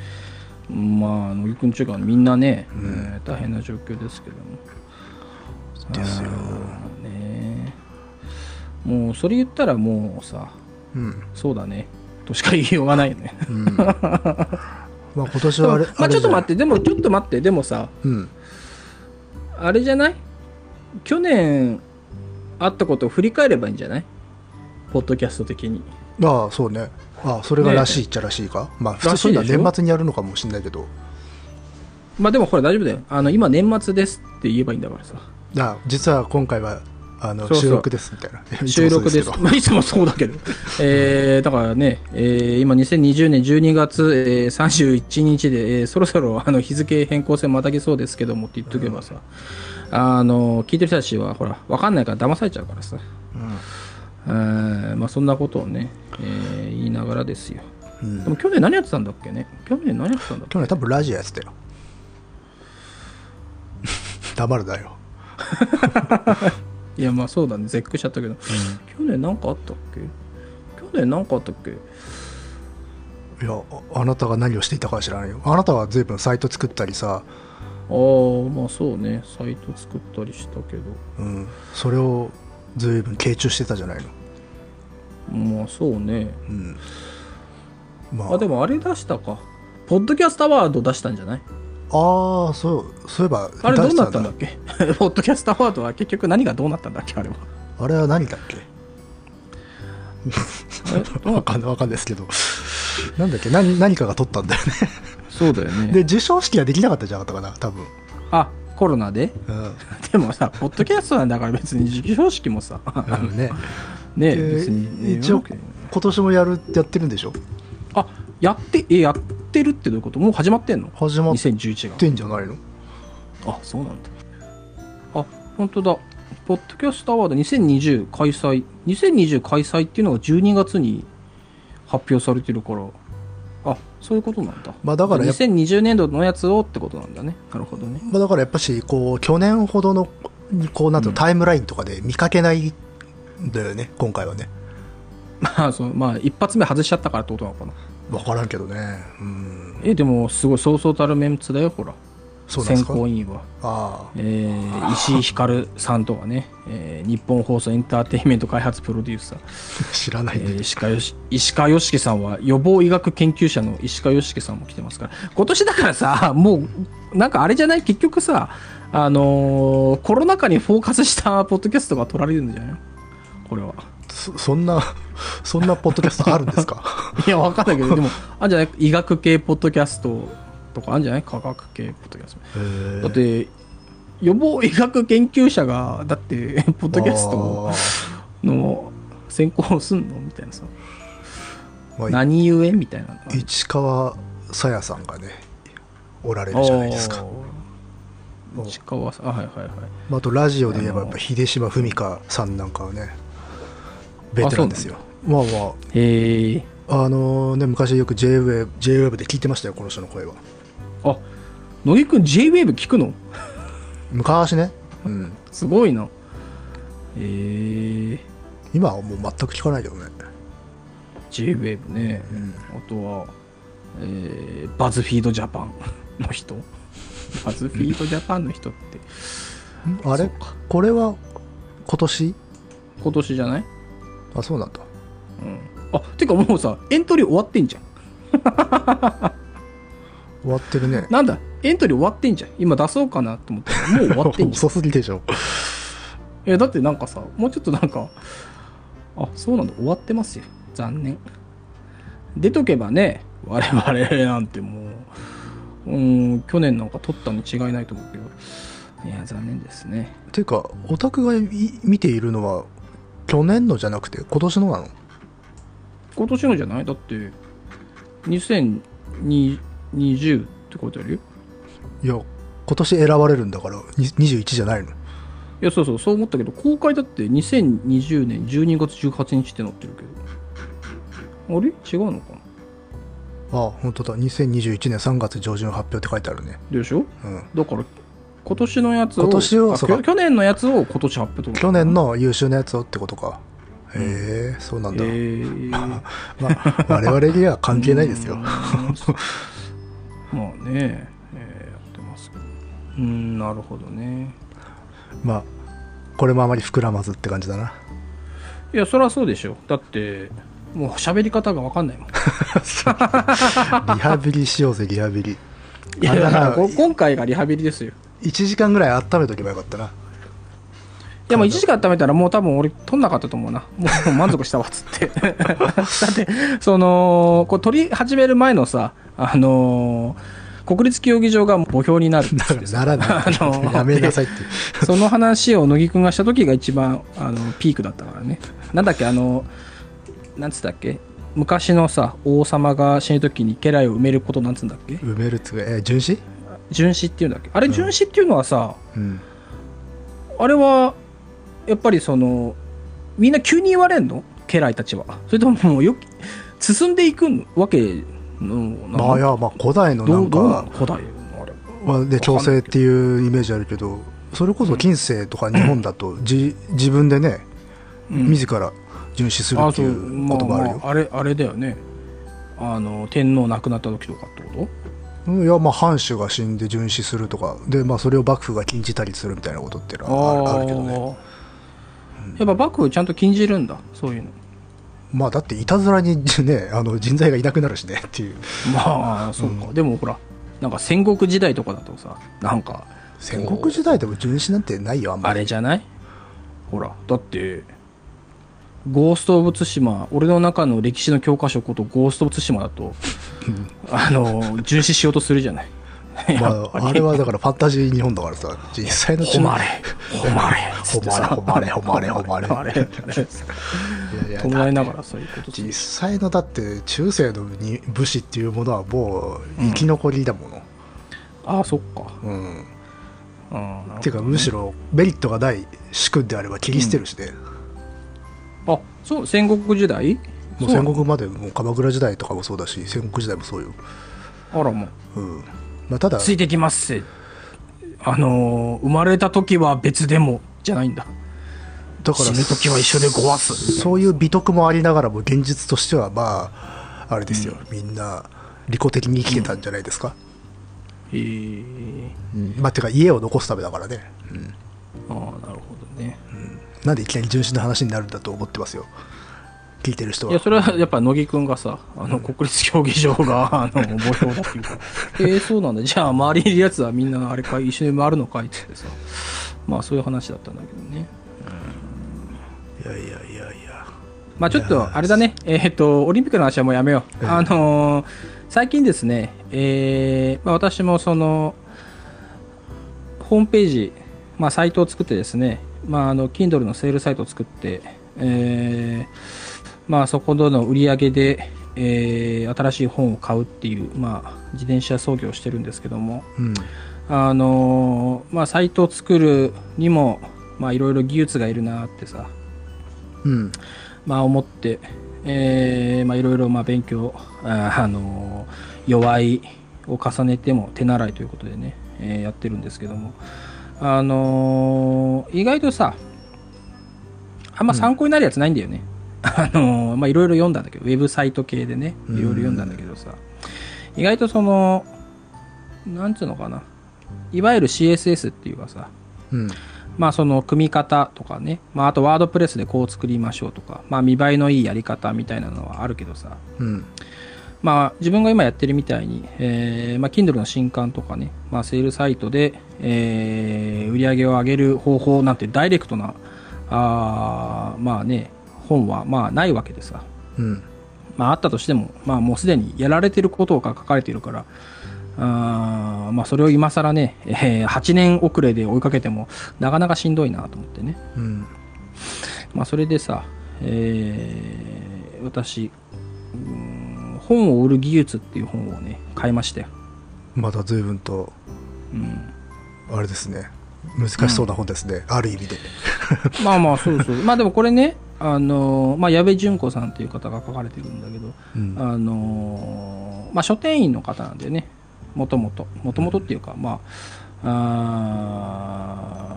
S1: まあ乃木くん中間みんなね、
S2: ん
S1: えー大変な状況ですけども
S2: ですよ
S1: あーねもうそれ言ったらもうさ
S2: うん
S1: そうだね。としか言いようがないよね。
S2: うん、まあ今年はあれ
S1: でも まあちょっと待ってて、でもちょっと待って、でもさ、
S2: うん
S1: あれじゃない去年あったことを振り返ればいいんじゃないポッドキャスト的に。
S2: ああそうねああそれがらしいっちゃらしいか、まあ普
S1: ら
S2: 通
S1: し
S2: そう
S1: い
S2: い
S1: で
S2: う
S1: しょ
S2: のは年末にやるのかもしれないけど
S1: まあでもほら大丈夫だよ。あの、今年末ですって言えばいいんだからさ。
S2: あ実は今回はあ
S1: そ
S2: の
S1: うそう
S2: 収録ですみたいないつ
S1: 収
S2: もそ
S1: 録
S2: う
S1: です
S2: けど。
S1: まあいつもそうだけ ど。えー、だからね、えー今2020年12月、えー31日で、えーそろそろあの日付変更線またぎそうですけどもって言っとけばさ、あの、聞いてる人たちはほら、わかんないから騙されちゃうからさ。えーまあそんなことをね、えー言いながらですよ。
S2: うんうん
S1: でも去年何やってたんだっけね去年何やってたんだっけ
S2: 去年多分ラジオやってたよ 黙るだよ
S1: いやまあそうだね絶句しちゃったけど、去年何かあったっけ去年何かあったっけ
S2: いやああなたが何をしていたかは知らないよあなたは随分サイト作ったり
S1: ああ
S2: さ、
S1: まあそうねサイト作ったりしたけど
S2: うん、それを随分傾注してたじゃないの
S1: まあそうね
S2: うんまあ
S1: あでもあれ出したかポッドキャストアワード出したんじゃない
S2: ああそうそういえば
S1: あれどうなったんだ
S2: 出
S1: っ
S2: して
S1: けポッドキャストアワードは結局何がどうなったんだっけあれは
S2: たんだあれは何だっけ
S1: あれどうな
S2: わ
S1: った
S2: かんないわかんないですけどなんだっけ何何かが取ったんだよ ね
S1: そうだよ
S2: で授賞式はできなかったんじゃなかったかな多分、
S1: あコロナで
S2: うん
S1: でもさポッドキャストなんだから別に授賞式もさ
S2: あの ね
S1: ねえ
S2: で
S1: 別にね
S2: 一応今年もやるやってるんでしょ
S1: あやってえやってるってどういうこともう始まってんの
S2: 始まっ
S1: 2011
S2: てんじゃないの
S1: があそうなんだあ本当だポッドキャストアワード2020開催2020開催っていうのが12月に発表されてるからあそういうことなんだ
S2: まあだからやっ
S1: 2020年度のやつをってことなんだねなるほどね
S2: まあ、だからやっぱしこう去年ほどのこうなんていう
S1: うん
S2: のタイムラインとかで見かけないんだよね、今回はね
S1: まあそのまあ一発目外しちゃったからってことなのかな
S2: 分からんけどねうん
S1: えでもすごいそうそうたるメンツだよほら
S2: そうなんで
S1: 選
S2: すか
S1: 考委員は
S2: あ
S1: えー石井ひかるさんとかね、えー日本放送エンターテインメント開発プロデューサー、
S2: あ 知らな
S1: え
S2: いね、
S1: ー石川よし石川よしきさんは予防医学研究者の石川よしきさんも来てますから今年だからさもうなんかあれじゃない結局さあのーコロナ禍にフォーカスしたポッドキャストが取られるんじゃないこれは
S2: そそんなそんなポッドキャストあるんですか
S1: いやわかんないけどでもあんじゃない医学系ポッドキャストとかあんじゃない科学系ポッドキャスト
S2: へー
S1: だって予防医学研究者がだってポッドキャストを
S2: あ
S1: の選考すんのみたいなさ
S2: ーまあ
S1: 何故みたいなのが
S2: 市川さやさんがねおられるじゃないですか
S1: おー市川さんあはいはいはい
S2: まあ、あとラジオで言えばやっぱ秀島文香さんなんかはねベテランですよまあまあ
S1: へえ
S2: あのね、昔よく JWAVE, JWAVE で聞いてましたよ、この人の声は。
S1: あ乃木くん JWAVE 聞くの
S2: 昔ね、うん、
S1: すごいなへえ
S2: 今はもう全く聞かないけどね。
S1: JWAVE ね、
S2: ん
S1: あとは、えーバズフィードジャパンの 人バズフィードジャパンの人って
S2: あ
S1: そ
S2: れ
S1: うか
S2: これは今年
S1: 今年じゃない
S2: あ、そうなんだ。
S1: うんあてかもうさエントリー終わってんじゃん
S2: 終わってるね。
S1: なんだエントリー終わってんじゃん今出そうかなと思ったらもう終わって んじゃん
S2: 遅すぎでしょ。
S1: いやだってなんかさもうちょっとなんかあそうなんだ終わってますよ残念出とけばね我々なんてもううん去年なんか取ったに違いないと思うけどいや残念ですね
S2: ていうか、オタクがい見ているのは、去年のじゃなくて、今年のなの
S1: 今年のじゃないだって2020って書いてあるよ
S2: いや、今年選ばれるんだから、に21じゃないの。
S1: いやそうそうそう思ったけど公開だって2020年12月18日ってなってるけどあれ違うのかな
S2: あ本当だ。2021年3月上旬発表って書いてあるね。
S1: でしょ
S2: うん。
S1: だから今年のやつを
S2: 今年を
S1: あ
S2: そうか
S1: 去去年のやつを今年発表ってこと
S2: 去年の優秀なやつをってことか。へえ、そうなんだ。
S1: えー、
S2: まあ、我々には関係ないです よ
S1: う。ーんまあね、えーやってますけどうーんなるほどね
S2: まあ、これもあまり膨らまずって感じだな。
S1: いやそりゃそうでしょだってもう喋り方が分かんないもん
S2: リハビリしようぜ、リハビリ。
S1: いや
S2: あれだな
S1: こ今回がリハビリですよ
S2: 1時間ぐらい温めとけばよかったな。
S1: いやもう1時間温めたらもう多分俺取んなかったと思うなもうもう満足したわっつって だってそのこう取り始める前のさあのー国立競技場が墓標になるっつ
S2: だ
S1: っ
S2: か
S1: て
S2: ら
S1: さ
S2: ならな
S1: あの
S2: い。やめなさいっていう。
S1: その話を乃木くんがした時が一番あのピークだったからねなんだっけあのなんつったっけ昔のさ王様が死ぬ時に家来を埋めることなんつうんだっけ
S2: 埋めるつえー、巡視
S1: 殉死っていうんだっけあれ
S2: うん
S1: 殉死っていうのはさ、
S2: うん。
S1: あれはやっぱりそのみんな急に言われんの家来たちはそれとももうよ進んでいくわけのな
S2: まあいや、まあ古代のな
S1: どうんどうな
S2: か
S1: の、古代のあれ
S2: はね、調整っていうイメージあるけど、それこそ近世とか日本だと、じ自分でね、
S1: うん
S2: 自ら巡視するっていう
S1: ま
S2: こともある
S1: あ
S2: よ
S1: ま。ああれあれだよねあの天皇亡くなった時とかってこ
S2: うんいやまあ藩主が死んで殉死するとかで、まあ、それを幕府が禁じたりするみたいなことっていう
S1: と
S2: のはあるあるけどね
S1: ーやっぱ幕府ちゃんと禁じるんだそういうの
S2: まあだっていたずらに ねあの人材がいなくなるしねっていう
S1: まあそうか、でもほらなんか戦国時代とかだとさなんか
S2: 戦国時代でも殉死なんてないよあんま
S1: あ
S2: り
S1: れじゃないほらだってゴースト・オブ・ツシマ俺の中の歴史の教科書ことゴースト・オブ・ツシマだとあの殉死しようとするじゃない
S2: ま
S1: やっぱり
S2: あ、あれはだからファンタジー日本だからさ実際 の
S1: 誉れ誉れつってさ
S2: 誉れ誉れ誉れ
S1: 誉れ
S2: いやいや
S1: 弔いながらそういうことする
S2: 実際のだって中世のに武士っていうものはもう生き残りだもの、
S1: ああそっか
S2: うん
S1: うんなるほど
S2: ていうかむしろメリットがない主君であれば切り捨てるしね、
S1: あそう戦国時代
S2: もう戦国までもう鎌倉時代とかもそうだし戦国時代もそうよ、
S1: あらもう
S2: うんまあ、ただ
S1: ついてきますせあのー生まれた時は別でもじゃないんだ
S2: だから
S1: 死ぬ時は一緒でごわす
S2: そういう美徳もありながらも現実としてはまああれですよ、みんな利己的に生きてたんじゃないですか、
S1: へえ
S2: まあてか家を残すためだからね、
S1: ああなるほどね
S2: なんでいきなり純真な話になるんだと思ってますよ聞いてる人
S1: いや
S2: は
S1: それはやっぱ乃木くんがさあの国立競技場があの墓標だっていうからええそうなんだじゃあ周りにいるやつはみんなあれかい一緒に回るのかいっつってさまあそういう話だったんだけどね
S2: いやいやいやいや
S1: まあちょっとあれだね、えーっと、オリンピックの話はもうやめよう。
S2: ええ
S1: あのー最近ですね、えーまあ、私もその、ホームページ、まあ、サイトを作ってですね、まあ、あの、Kindle のセールサイトを作って、えーまあ、そこの売り上げで、えー新しい本を買うっていう、まあ、自転車操業をしてるんですけども、
S2: うん
S1: あのーまあ、サイトを作るにも、まあ、いろいろ技術がいるなってさ、
S2: うん
S1: まあ、思って、えーまあ、いろいろまあ勉強あ、あのー弱いを重ねても手習いということでね、えーやってるんですけども、あのー意外とさあんま参考になるやつないんだよね、 あのーまあ、いろいろ読んだんだけどウェブサイト系でねいろいろ読んだんだけどさ、意外とそのなんつうのかないわゆる CSS っていうかさ、
S2: うん
S1: まあその組み方とかね、まああとワードプレスでこう作りましょうとか、まあ見栄えのいいやり方みたいなのはあるけどさ、
S2: うん
S1: まあ自分が今やってるみたいに、えーまあ Kindle の新刊とかね、まあセールサイトで、えー売り上げを上げる方法なんてダイレクトな、あーまあね、本はまあないわけでさ、
S2: うん
S1: まあ、あったとしても、まあ、もうすでにやられてることが書かれているから、あーまあ、それを今更ね、えー8年遅れで追いかけても、なかなかしんどいなと思ってね。
S2: うん
S1: まあ、それでさ、えー私、うーん本を売る技術っていう本をね、買いましたよ。
S2: また随分と
S1: うん、
S2: あれですね難しそうな本ですね、ある意味で
S1: まあまあ、そうそう。まあでもこれね、あのーまあ、矢部淳子さんっていう方が書かれてるんだけど、
S2: うん
S1: あのーまあ、書店員の方なんだよね、もともと。もともとっていうか、まあ、あ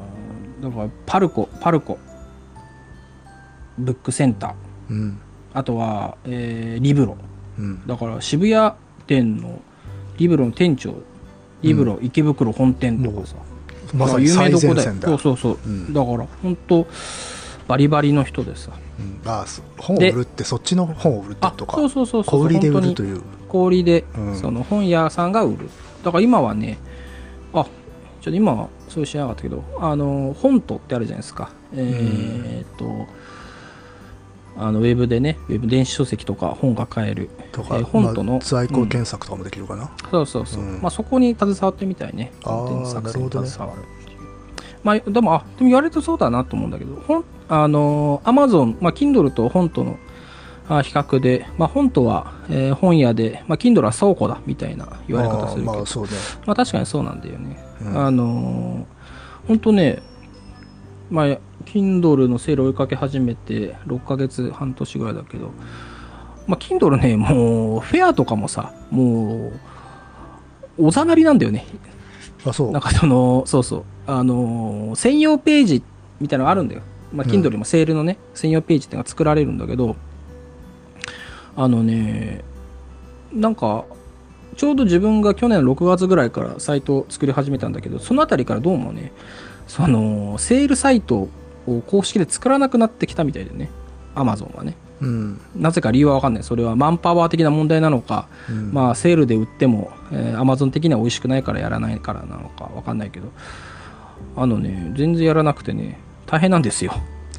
S1: ーだからパルコ、パルコ、ブックセンター、
S2: うん
S1: あとは、えーリブロ。
S2: うん
S1: だから渋谷店のリブロの店長、リブロ、池袋本店とかさ、
S2: まさに
S1: 有名
S2: 最
S1: どこ
S2: 前
S1: だよ
S2: 線だ
S1: そうそうそう、
S2: うん
S1: だから本当、バリバリの人でさ。
S2: うんああそ本を売るってそっちの本を売るって
S1: あ
S2: ことか
S1: そうそうそうそう
S2: 小売りで売
S1: 本当
S2: る
S1: に
S2: という
S1: 小売で、
S2: うん
S1: その本屋さんが売るだから今はねあちょっと今はそうしなかったけどあの本とってあるじゃないですかえーっと、あのウェブでねウェブ電子書籍とか本が買える
S2: とか、
S1: えー本との、
S2: まあ在庫
S1: うん
S2: 検索とかもできるかな、
S1: そうそうそう、
S2: うん
S1: まあそこに携わってみたいね
S2: あー
S1: コンテンツ作成に携わる
S2: な
S1: っていうまあでもあでも言われるとそうだなと思うんだけど本あのアマゾンまあ Kindle と本とのあ比較で、まあ、本とは、えー本屋で、まあ、Kindle は倉庫だみたいな言われ方するけど
S2: あーまあそうね、
S1: まあ確かにそうなんだよね。
S2: うん
S1: あのー、ほんとね、まあ、Kindle のセール追いかけ始めて6ヶ月半年ぐらいだけど、まあ、Kindle ね、もう、フェアとかもさ、もう、おざなりなんだよね。
S2: あそう
S1: なんかその、そうそう、あのー専用ページみたいなのがあるんだよ。まあ、
S2: うん
S1: Kindle にもセールのね、専用ページっていうのが作られるんだけど、あのね、なんか、ちょうど自分が去年6月ぐらいからサイトを作り始めたんだけど、そのあたりからどうもね、その、セールサイトを公式で作らなくなってきたみたいでね、Amazon はね。
S2: うん、
S1: なぜか理由はわかんない。それはマンパワー的な問題なのか、
S2: うん
S1: まあセールで売っても、えー、Amazon 的には美味しくないからやらないからなのかわかんないけどあのね全然やらなくてね大変なんですよ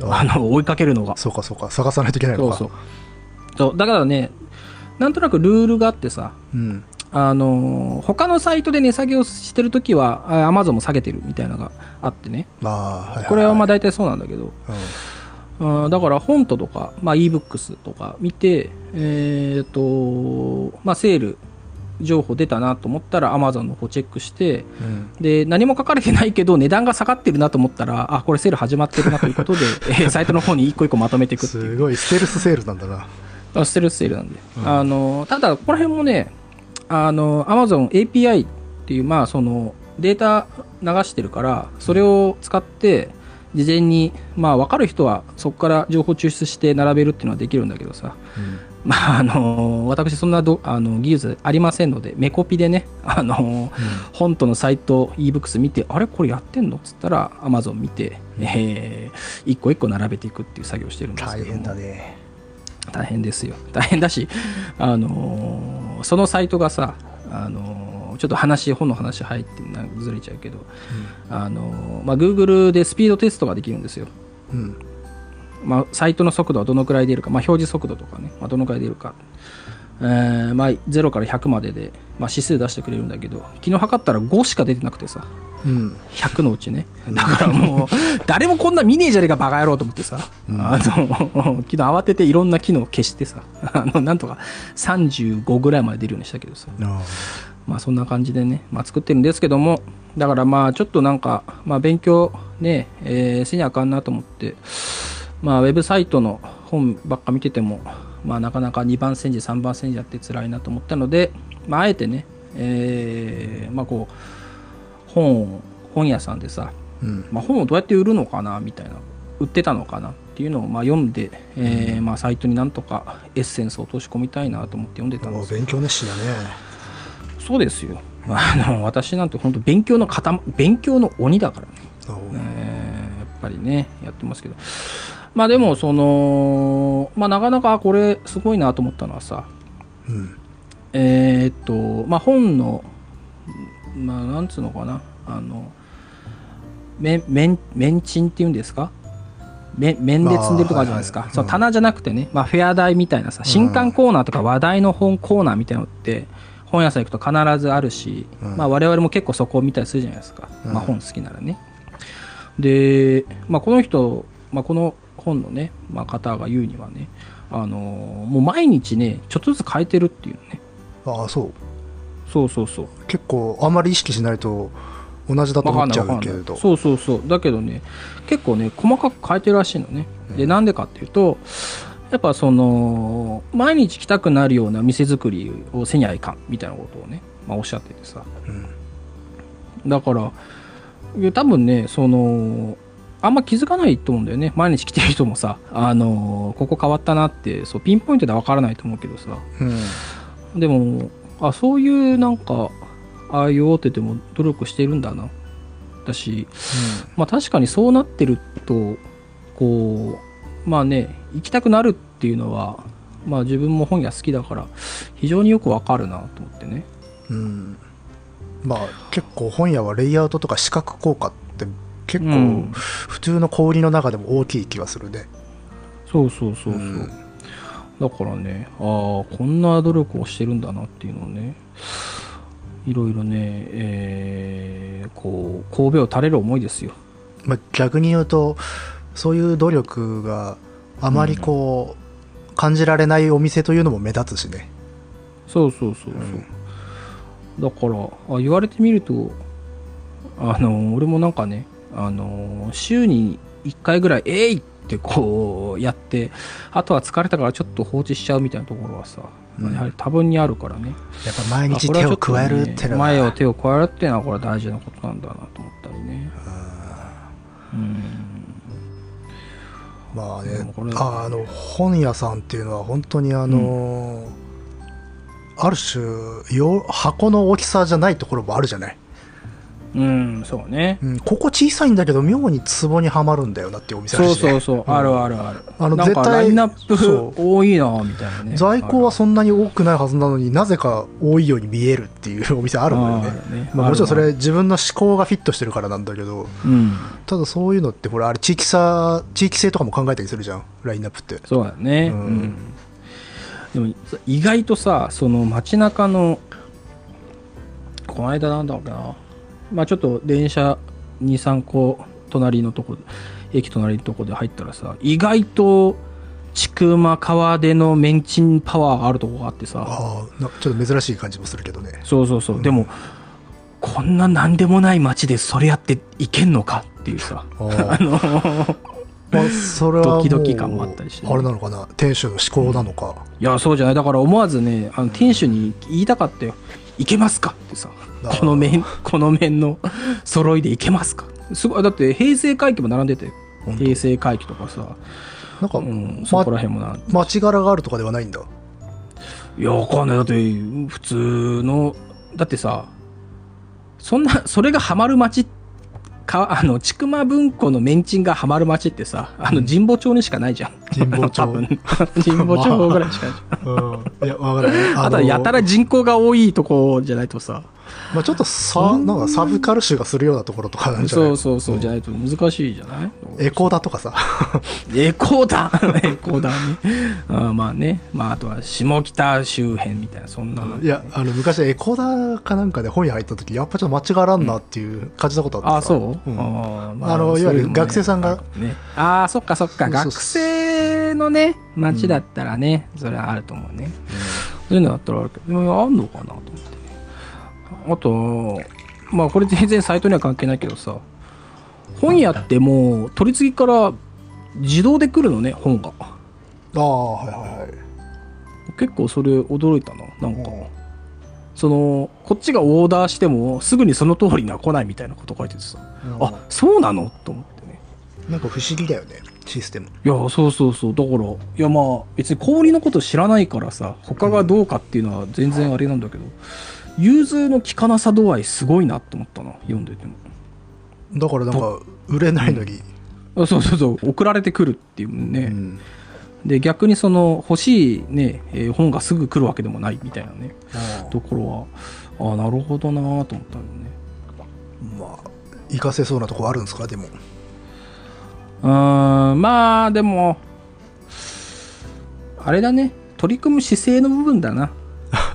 S1: あの追いかけるのが
S2: そうかそうか探さないといけないの
S1: そう
S2: か
S1: そうそうだからねなんとなくルールがあってさ
S2: うん、
S1: あのー他のサイトで値下げをしてるときはあ Amazon も下げてるみたいなのがあってね
S2: まあ、はいいい
S1: これはまあ大体そうなんだけど
S2: うん
S1: あーだから本ととか、まあ、ebooks とか見て、えーとまあ、セール情報出たなと思ったら Amazon の方チェックして
S2: うん
S1: で何も書かれてないけど値段が下がってるなと思ったらあこれセール始まってるなということで、えーサイトの方に一個一個まとめていくっていう
S2: すごいステルスセールなんだな
S1: あステルスセールなんで、
S2: うん
S1: あのただここら辺もねあの Amazon API っていうまあそのデータ流してるからそれを使って事前にまあ分かる人はそこから情報抽出して並べるっていうのはできるんだけどさまああの私そんなどあの技術ありませんのでメコピでねあの本とのサイト ebooks 見てあれこれやってんのっつったら Amazon 見て、えー一個一個並べていくっていう作業してるんですけ
S2: 大
S1: ども
S2: 変だね
S1: 大変ですよ大変だし、あのーそのサイトがさ、あのーちょっと話本の話入ってなずれちゃうけど、あのーまあ、Google でスピードテストができるんですよ、
S2: うん、うん
S1: まあ、サイトの速度はどのくらい出るか、まあ、表示速度とかね、まあ、どのくらい出るか、えーまあ、0から100までで、まあ、指数出してくれるんだけど昨日測ったら5しか出てなくてさ
S2: うん
S1: 100のうちねだからもう誰もこんな見ねえじゃねえかバカ野郎と思ってさ、あの昨日慌てていろんな機能を消してさあのなんとか35ぐらいまで出るようにしたけどさ
S2: あ
S1: まあそんな感じでね、まあ、作ってるんですけどもだからまあちょっとなんか、まあ、勉強ね、えーせにあかんなと思ってまあウェブサイトの本ばっか見ててもまあなかなか2番煎じ3番煎じやって辛いなと思ったのでまああえてねえーまあこう本を本屋さんでさ
S2: ーうん
S1: まあ、本をどうやって売るのかなみたいな売ってたのかなっていうのをまあ読んで、えーまあ、サイトになんとかエッセンスを落とし込みたいなと思って読んでたん
S2: も
S1: で
S2: う
S1: すよ
S2: 勉強熱心だね
S1: そうですよあの私なんて本当勉強の塊勉強の鬼だからね、
S2: そう
S1: えーやっぱりねやってますけどまあでもそのまあなかなかこれすごいなと思ったのはさ
S2: うん
S1: えーっとまあ本のまあなんつうのかなあのめめんめんちんっていうんですかめ面で積んでるとかあるじゃないですか、
S2: まあはいはい
S1: そう
S2: うん
S1: 棚じゃなくてね、まあ、フェア台みたいなさ新刊コーナーとか話題の本コーナーみたいなのって本屋さん行くと必ずあるし、
S2: うん
S1: まあ、我々も結構そこを見たりするじゃないですか、
S2: うん
S1: まあ、本好きならねで、まあ、この人、まあ、この本のね、まあ、方が言うにはねあのもう毎日ねちょっとずつ変えてるっていうね
S2: ああそう
S1: そうそうそう
S2: 結構あんまり意識しないと同じだと
S1: わか
S2: 思
S1: ん
S2: っ
S1: な
S2: ち
S1: い
S2: ゃ
S1: わかん
S2: う
S1: な
S2: けれ
S1: い
S2: ど
S1: そうそうそうだけどね結構ね細かく変えてるらしいのねでなんでかっていうとやっぱその毎日来たくなるような店作りをせにゃいかんみたいなことをね、まあ、おっしゃっててさ
S2: うん
S1: だからいや多分ねそのあんま気づかないと思うんだよね毎日来てる人もさあのここ変わったなってそうピンポイントでは分からないと思うけどさ
S2: うん
S1: でもあそういうなんかああいう大手でも努力してるんだなだしまあ確かにそうなってるとこうまあね行きたくなるっていうのはまあ自分も本屋好きだから非常によくわかるなと思ってね
S2: うんまあ結構本屋はレイアウトとか視覚効果って結
S1: う
S2: 構
S1: ん
S2: 普通の小売りの中でも大きい気がするね、
S1: そうそうそうそう、
S2: うん
S1: だからねああこんな努力をしてるんだなっていうのをねいろいろね、えーこう神戸を垂れる思いですよ
S2: まあ、逆に言うとそういう努力があまりこう、感じられないお店というのも目立つしね
S1: そうそうそうそう、だからあ言われてみるとあの俺もなんかねあの週に1回ぐらい「えい!」ってこうやってあとは疲れたからちょっと放置しちゃうみたいなところはさ、
S2: うん
S1: やはり多分にあるからね
S2: やっぱ毎日手を加えるっての
S1: あこ
S2: は
S1: れはちょっとね前を手を加えるっていうのはこれは大事なことなんだなと思ったりねうん
S2: まあ
S1: でも
S2: ね
S1: これ
S2: ああの本屋さんっていうのは本当にあのーある種よ箱の大きさじゃないところもあるじゃない、
S1: うんそうね
S2: うん、ここ小さいんだけど妙に壺にはまるんだよなっていうお店らし
S1: そ
S2: いうね
S1: そうそう、
S2: ん
S1: あるあるある
S2: あの
S1: なんか
S2: 絶対
S1: ラインナッ
S2: そう
S1: プ多いなみたいなね
S2: 在庫はそんなに多くないはずなのになぜか多いように見えるっていうお店あるんだよね
S1: あるね
S2: まあ、もちろんそ
S1: あ
S2: れ自分の思考がフィットしてるからなんだけど
S1: うん
S2: ただそういうのってほらあれ地域差地域性とかも考えたりするじゃんラインナップって
S1: そうだね、う
S2: う
S1: んんでもそ意外とさその街中のこの間なんだろうなまあちょっと電車23個隣のとこ駅隣のとこで入ったらさ意外と千曲川でのメンチンパワーがあるとこがあってさ
S2: ああなちょっと珍しい感じもするけどね
S1: そうそうそう、でもこんな何でもない街でそれやっていけんのかっていうさ
S2: ああまあそれはもう
S1: ドキドキ感もあったりしてね
S2: あれなのかな店主の思考なのか、
S1: いやそうじゃないだから思わずねあの店主に言いたかったよ「いけますか?」ってさ
S2: あー
S1: この面この面の揃いでいけますかすごいだって平成回帰も並んでて
S2: 本当
S1: 平成回帰とかさ、
S2: なんか、
S1: うん、そ
S2: ま
S1: こら辺もな、
S2: 町柄があるとかではないんだ
S1: いやわかんないだって普通のだってさそんなそれがハマる町かあの千曲文庫のメンチンがハマる町ってさあの神保町にしかないじゃん
S2: 神保町
S1: 多分神保町ぐらい しかないじゃん
S2: うんいやわからない
S1: あとはやたら人口が多いとこじゃないとさ
S2: まあ、ちょっとさなんかサブカル種がするようなところとかなんじゃない
S1: そうそうそう
S2: うん
S1: じゃないと難しいじゃない
S2: エコーだとかさ
S1: エコー だエコーだね あまあねまああとは下北周辺みたいなそんなの
S2: いやあの昔エコーだかなんかで本屋入った時やっぱちょっと間違わらんなっていう感じたことあった
S1: ああそう、
S2: ん
S1: あー
S2: あのいわゆる学生さんが、
S1: そううのもねああそっかそっか
S2: そうそう
S1: 学生のね街だったらね、それはあると思うね、そういうのだったらあるけどでもあんのかなと思ってねあとまあこれ全然サイトには関係ないけどさ本屋ってもう取り次ぎから自動で来るのね本が
S2: ああはいはいはい
S1: 結構それ驚いたななんか、
S2: うん
S1: そのこっちがオーダーしてもすぐにその通りには来ないみたいなこと書いててさ、
S2: うん
S1: あそうなのと思ってね
S2: なんか不思議だよねシステム
S1: いやそうそうそうだからいやまあ別に氷のこと知らないからさ他がどうかっていうのは全然あれなんだけど、融通の利かなさ度合いすごいなと思ったな読んでても
S2: だからなんか売れないのに、
S1: あそうそうそう送られてくるっていうね、
S2: うん
S1: で逆にその欲しいね、えー本がすぐ来るわけでもないみたいなねところはあなるほどなと思ったよね
S2: まあ活かせそうなとこあるんですかでも
S1: うーんまあでもあれだね取り組む姿勢の部分だな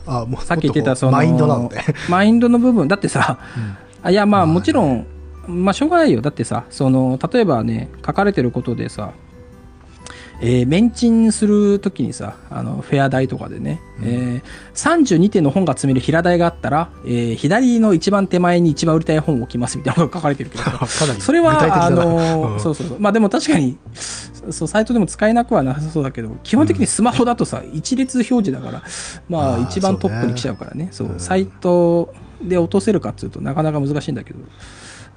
S2: あもう
S1: さっき言ってたその
S2: マインドなんで
S1: マインドの部分だってさ
S2: うん
S1: あいやま
S2: まあ
S1: あ
S2: ね
S1: もちろん、まあしょうがないよだってさその例えばね書かれてることでさえーメンチンするときにさあのフェア台とかでね、えー32点の本が積める平台があったら、えー左の一番手前に一番売りたい本を置きますみたいなことが書かれてるけどさ
S2: かなり
S1: それ
S2: 具体的
S1: は、あ
S2: だな
S1: の、
S2: うん
S1: そうそうそう。まあでも確かに、そう、サイトでも使えなくはなさそうだけど、基本的にスマホだとさ、一列表示だから、ま
S2: あ
S1: あ
S2: ー
S1: 一番トップに来ちゃうからね、そう
S2: ねうん
S1: サイトで落とせるかっていうとなかなか難しいんだけど、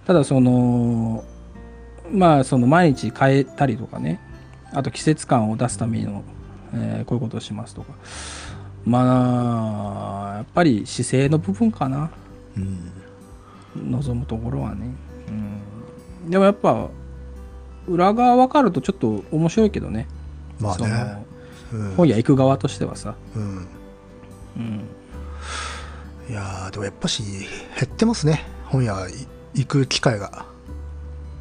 S1: ただその、まあその毎日変えたりとかね、あと季節感を出すための、えーこういうことをしますとか、まあ、やっぱり姿勢の部分かな。
S2: うん
S1: 望むところはね、うん、でもやっぱ裏側分かるとちょっと面白いけどね
S2: まあ
S1: そ
S2: ね
S1: の
S2: うん
S1: 本屋行く側としてはさ、
S2: うん
S1: うん、
S2: いやーでもやっぱし減ってますね本屋い行く機会が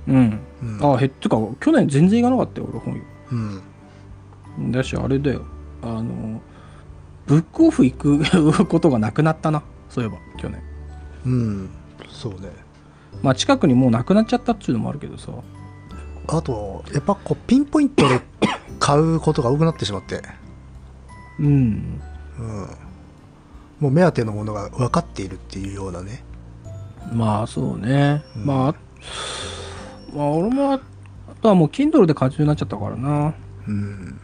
S1: うん
S2: うん
S1: あへってか去年全然行かなかったよ俺本屋
S2: うん
S1: だしあれだよあのブックオフ行くことがなくなったなそういえば去年
S2: うんそうね
S1: まあ近くにもうなくなっちゃったっていうのもあるけどさ
S2: あとやっぱこうピンポイントで買うことが多くなってしまって、
S1: うん
S2: うん、もう目当てのものが分かっているっていうようなね
S1: まあそうね、
S2: うん
S1: まあまあ俺もあとはもう Kindle で買うようになっちゃったからな
S2: うん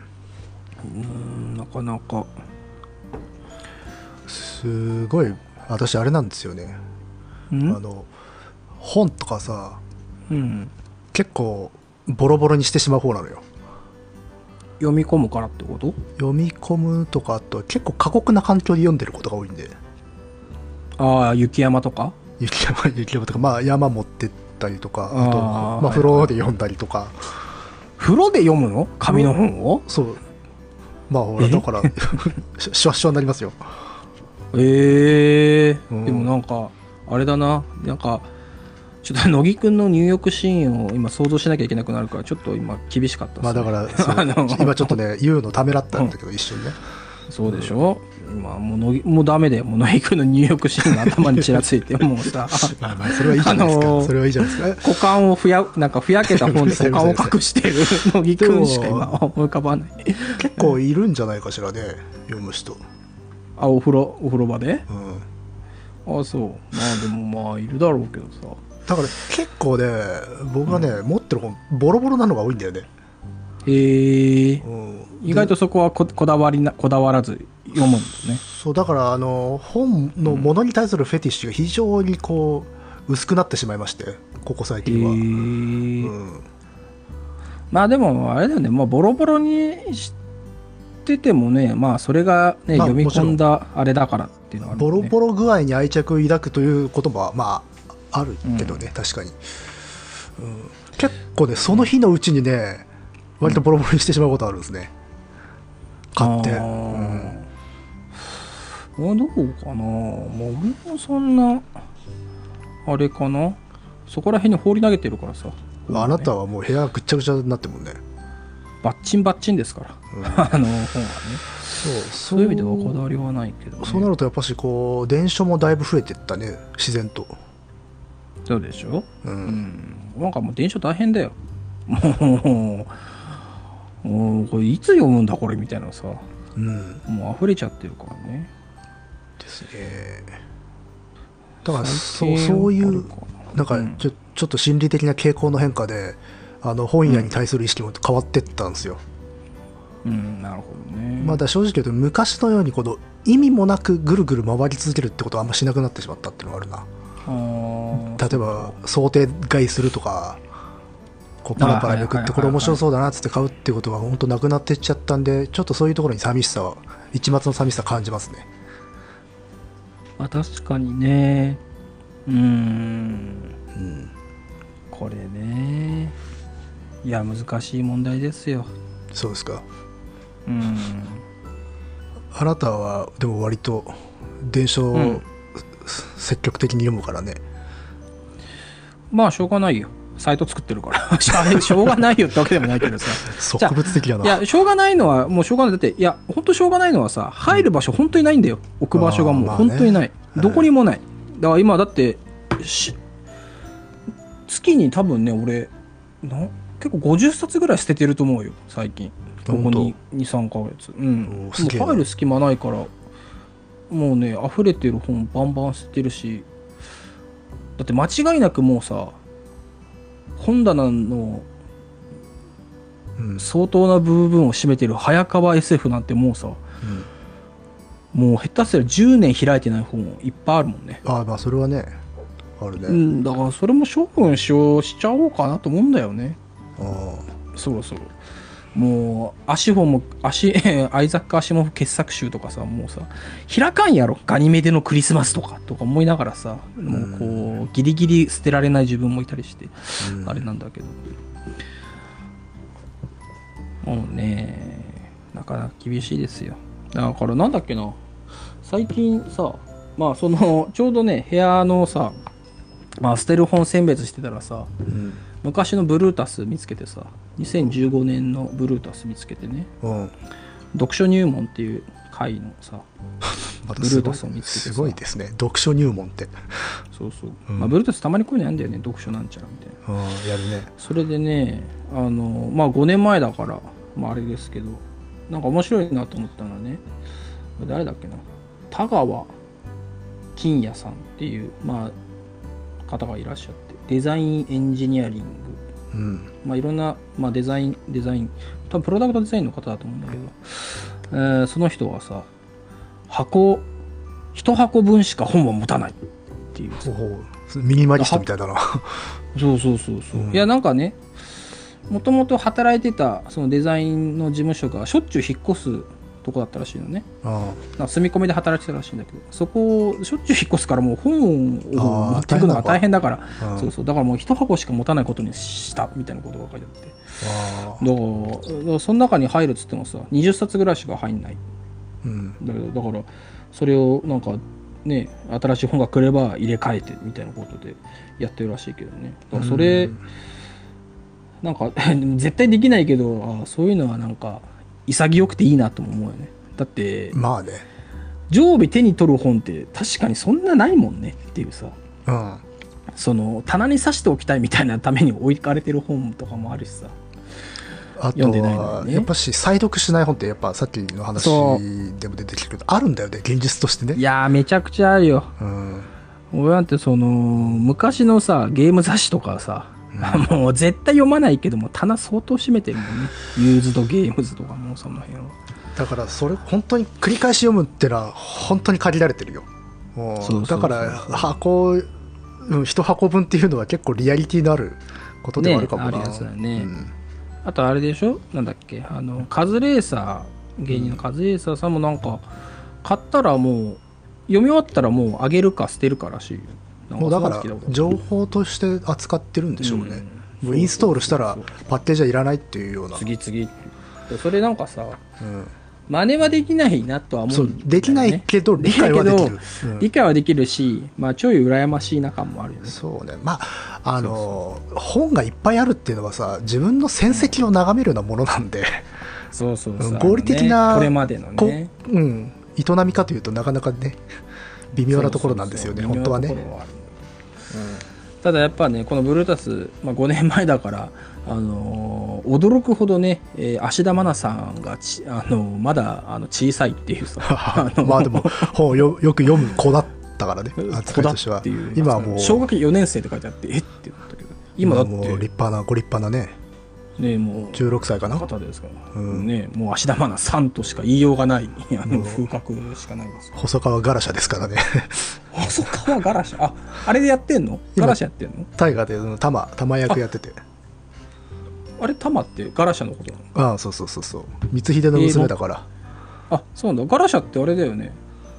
S1: うんなかなか
S2: すごい私あれなんですよね
S1: うん
S2: あの本とかさ
S1: うん
S2: 結構ボロボロにしてしまう方なのよ
S1: 読み込むからってこと
S2: 読み込むとかあと結構過酷な環境で読んでることが多いんで
S1: ああ雪山とか
S2: 雪山 雪山とか、まあ、山持ってったりとかあと
S1: あー
S2: ま
S1: はい
S2: あ、風呂で読んだりとか、
S1: 風呂で読むの紙の本を
S2: そうまあほら
S1: え
S2: だから ししわしわになりますよ
S1: ええ
S2: うん
S1: でもなんかあれだななんかちょっと 乃木くんの入浴シーンを今想像しなきゃいけなくなるからちょっと今厳しかったっすね
S2: まあだからそう
S1: あの
S2: 今ちょっとね言うのためらったんだけど、一瞬ね
S1: そうでしょ、今もう乃木もうダメだよもう乃木くんの入浴シーンが頭にちらついてもう さ
S2: まあまあそれはいいじゃないですか、
S1: あのー
S2: それはいいじゃないですか
S1: 股間をふやなんかふやけた本 で股間を隠してる乃木くんしか今思い浮かばない
S2: 結構いるんじゃないかしらね読む人
S1: あお風呂お風呂場で
S2: うん
S1: あそうまあでもまあいるだろうけどさ
S2: だから結構ね僕はね、持ってる本ボロボロなのが多いんだよね、
S1: へえ
S2: うん、
S1: 意外とそこはここだわりなこだわらず読むんですね
S2: そうだからあの本のものに対するフェティッシュが非常にこう薄くなってしまいましてここ最近は、うん、
S1: まあでもあれだよね、まあ、ボロボロにしててもねまあそれが、ね
S2: まあ
S1: 読み
S2: もちろん
S1: 込んだあれだからっていうのはある
S2: ボ
S1: よね、
S2: ロボロ具合に愛着を抱くという言葉はまああるけどね、確かに、うん、結構ねその日のうちにね割とボロボロにしてしまうことあるんですね買って、
S1: あ
S2: うん
S1: ーあどうかなまあ俺もそんなあれかなそこら辺に放り投げてるからさ
S2: まああなたはもう部屋ぐっちゃぐちゃになってるもんね、
S1: バッチンバッチンですから、
S2: う
S1: あ
S2: ん
S1: の本はね
S2: そうそ
S1: そういう意味ではこだわりはないけど、ね、
S2: そうなるとやっぱしこう伝書もだいぶ増えてったね自然と、
S1: そうでしょう
S2: う
S1: んん、なんかもう電車大変だよ。もう、もうこれいつ読むんだこれみたいなさ、も
S2: うん、
S1: う溢れちゃってるからね。
S2: ですねだからそ
S1: 最
S2: う
S1: 近
S2: そうい
S1: ある
S2: う
S1: か
S2: なんか
S1: うん
S2: ちょ,、ちょっと心理的な傾向の変化であの本屋に対する意識も変わってったんですよ、
S1: うん、なるほどね。
S2: まだ正直言うと昔のようにこの意味もなくぐるぐる回り続けるってことはあんましなくなってしまったっていうのがあるな
S1: あー
S2: 例えば想定外するとかこうパラパラめく
S1: あ
S2: って
S1: ーはいはいはいはい
S2: これ面白そうだなっつって買うってことが本当なくなってっちゃったんでちょっとそういうところに寂しさを一末の寂しさ感じますね
S1: まあ確かにね。うん、
S2: うん
S1: これね。いや、難しい問題ですよ。
S2: そうですか
S1: うん。
S2: あなたはでも割と伝承を、
S1: うん
S2: す積極的に読むからね
S1: まあ、しょうがないよ。サイト作ってる から。しゃしょうがないよってわけでもないけどさ。じゃあ
S2: 植物的だ
S1: い
S2: な
S1: や、しょうがないのは、もうしょうがない。だって、いや、本当しょうがないのはさ、入る場所、本当にないんだよ。置く場所がもう、
S2: あーまあね
S1: 本当にない。
S2: うん
S1: どこにもない。だから今、だって、し月に多分ね、俺、な結構50冊ぐらい捨ててると思うよ、最近。ここ
S2: 本当
S1: に2、3ヶ月。うん。も
S2: おー
S1: う
S2: すげえな
S1: 入る隙間ないから、もうね、溢れてる本バンバン捨ててるし、だって間違いなくもうさ、本棚の
S2: うん
S1: 相当な部分を占めてる早川 SF なんてもうさ
S2: うん
S1: もう下手すりゃ10年開いてない本いっぱいあるもんね、
S2: ああまあそれはねあるね、
S1: うん、だからそれも処分しようしちゃおうかなと思うんだよね
S2: あ
S1: そろそろもう足本も足 アイザック・アシモフ傑作集とかさもうさ開かんやろガニメデのクリスマスとかとか思いながらさもうこう、ギリギリ捨てられない自分もいたりして
S2: あ、うん
S1: あれなんだけど、もうねなかなか厳しいですよだからなんだっけな最近さまあそのちょうどね部屋のさ、まあ、捨てる本選別してたらさ
S2: うん
S1: 昔のブルータス見つけてさ2015年のブルータス見つけてね
S2: うん。
S1: 読書入門っていう回のさ
S2: ま
S1: ブ
S2: た
S1: ル
S2: す
S1: ー
S2: ご
S1: タ
S2: い
S1: スを見つけてさ
S2: すごいですね。読書入門って。
S1: そうそう、
S2: うん
S1: まあ、ブルータスたまにこういうのやんだよね読書なんちゃらみたいな
S2: うん、やるね。
S1: それでねあのまあ5年前だから、まあ、あれですけどなんか面白いなと思ったのはね誰だっけな田川金也さんっていう、まあ、方がいらっしゃってデザインエンジニアリング、
S2: うん。
S1: まあ、いろんな、まあ、デザインデザイン多分プロダクトデザインの方だと思うんだけど、えーその人はさ箱1箱分しか本は持たないっていう
S2: ほうほうミニマリストみたいだな。
S1: そうそうそうそう、
S2: うん
S1: いやなんかねもともと働いてたそのデザインの事務所がしょっちゅう引っ越すとこだったらしいのね
S2: あ
S1: なんか住み込みで働いてたらしいんだけどそこをしょっちゅう引っ越すからもう本を持っていくのが
S2: あー大
S1: 大
S2: 変
S1: 変だから
S2: あ。
S1: そうそうだからもう一箱しか持たないことにしたみたいなことが書いてあって
S2: ああ。
S1: だからだからその中に入るっつってもさ20冊ぐらいしか入んない
S2: うん。
S1: だけどだからそれをなんかね新しい本が来れば入れ替えてみたいなことでやってるらしいけどねだからそれ、
S2: うん
S1: なんか 絶対できないけどあそういうのはなんか潔くていいなとも思うよねだって
S2: まあね。
S1: 常備手に取る本って確かにそんなないもんねっていうさ
S2: うん。
S1: その棚に刺しておきたいみたいなために置かれてる本とかもあるしさ
S2: あと
S1: 読んでないの
S2: は、
S1: にね
S2: やっぱし、再読しない本って、やっぱさっきの話
S1: そ
S2: でも出てきてるけど、あるんだよね、現実として
S1: い
S2: ね。
S1: やーめちゃくちゃあるよ
S2: うん。
S1: 俺なんてその昔のさゲーム雑誌とかさ、もう絶対読まないけども棚相当占めてるもんねユーズドゲームズとかもその辺は
S2: だから、それ、本当に繰り返し読むってのは、本当に限られてるよ。も
S1: そうそう
S2: う
S1: そ
S2: だ
S1: う
S2: から、箱、うん、一箱分っていうのは結構リアリティのあることではあるかもな。
S1: ねあるやつだよね
S2: うん
S1: あとあれでしょなんだっけあのカズレーサー芸人のカズレーサーさんもなんか買ったらもう読み終わったらもうあげるか捨てるからしいよなん
S2: もうだから
S1: そんなの聞いたことある
S2: 情報として扱ってるんでしょうね、
S1: うん
S2: もうインストールしたらパッケージはいらないっていうような、
S1: 次次ってそれなんかさ
S2: うん
S1: 真似はできないなとは思う
S2: そ
S1: ん
S2: う
S1: だよね
S2: できないけど理解はで
S1: だ
S2: きる
S1: け
S2: う
S1: ど
S2: ん
S1: 理解はできるしまあちょい羨ましいな感もあるよね
S2: そうねまああの本がいっぱいあるっていうのはさ自分の戦績を眺めるようなものなんで、
S1: そうそう
S2: う
S1: そ
S2: ん
S1: う
S2: 合理的な、
S1: これまでの
S2: こ
S1: ね
S2: うん、営みかというとなかなか ね微妙なところなんですよね
S1: そうそうそう
S2: 本当は
S1: 微妙なとこ
S2: ね
S1: ろあるただやっぱねこのブルータス、まあ、5年前だから、あのー驚くほどね、えー芦田愛菜さんがち、あのーまだあの小さいっていうさあの
S2: まあでも本をよよく読む子だったから ね
S1: 子
S2: 扱い
S1: だ
S2: としては
S1: っていう
S2: 今はもう
S1: 小学4年生って書いてあってえってなったけど今だっ
S2: もう立
S1: て
S2: 派なご立派なね
S1: ねもう
S2: 16歳かな
S1: 方ですから、
S2: うん
S1: ねもう芦田愛菜さんとしか言いようがないあ
S2: うん
S1: の風格しかないですよ
S2: 細川ガラシャですからね
S1: 細川ガラシャああれでやってんの
S2: 今
S1: ガラシャやってんの
S2: 大河でうん玉玉役やってて
S1: あれ玉ってガラシャのことなの
S2: ああそうそうそうそう光秀の娘だから、
S1: あそうなんだガラシャってあれだよね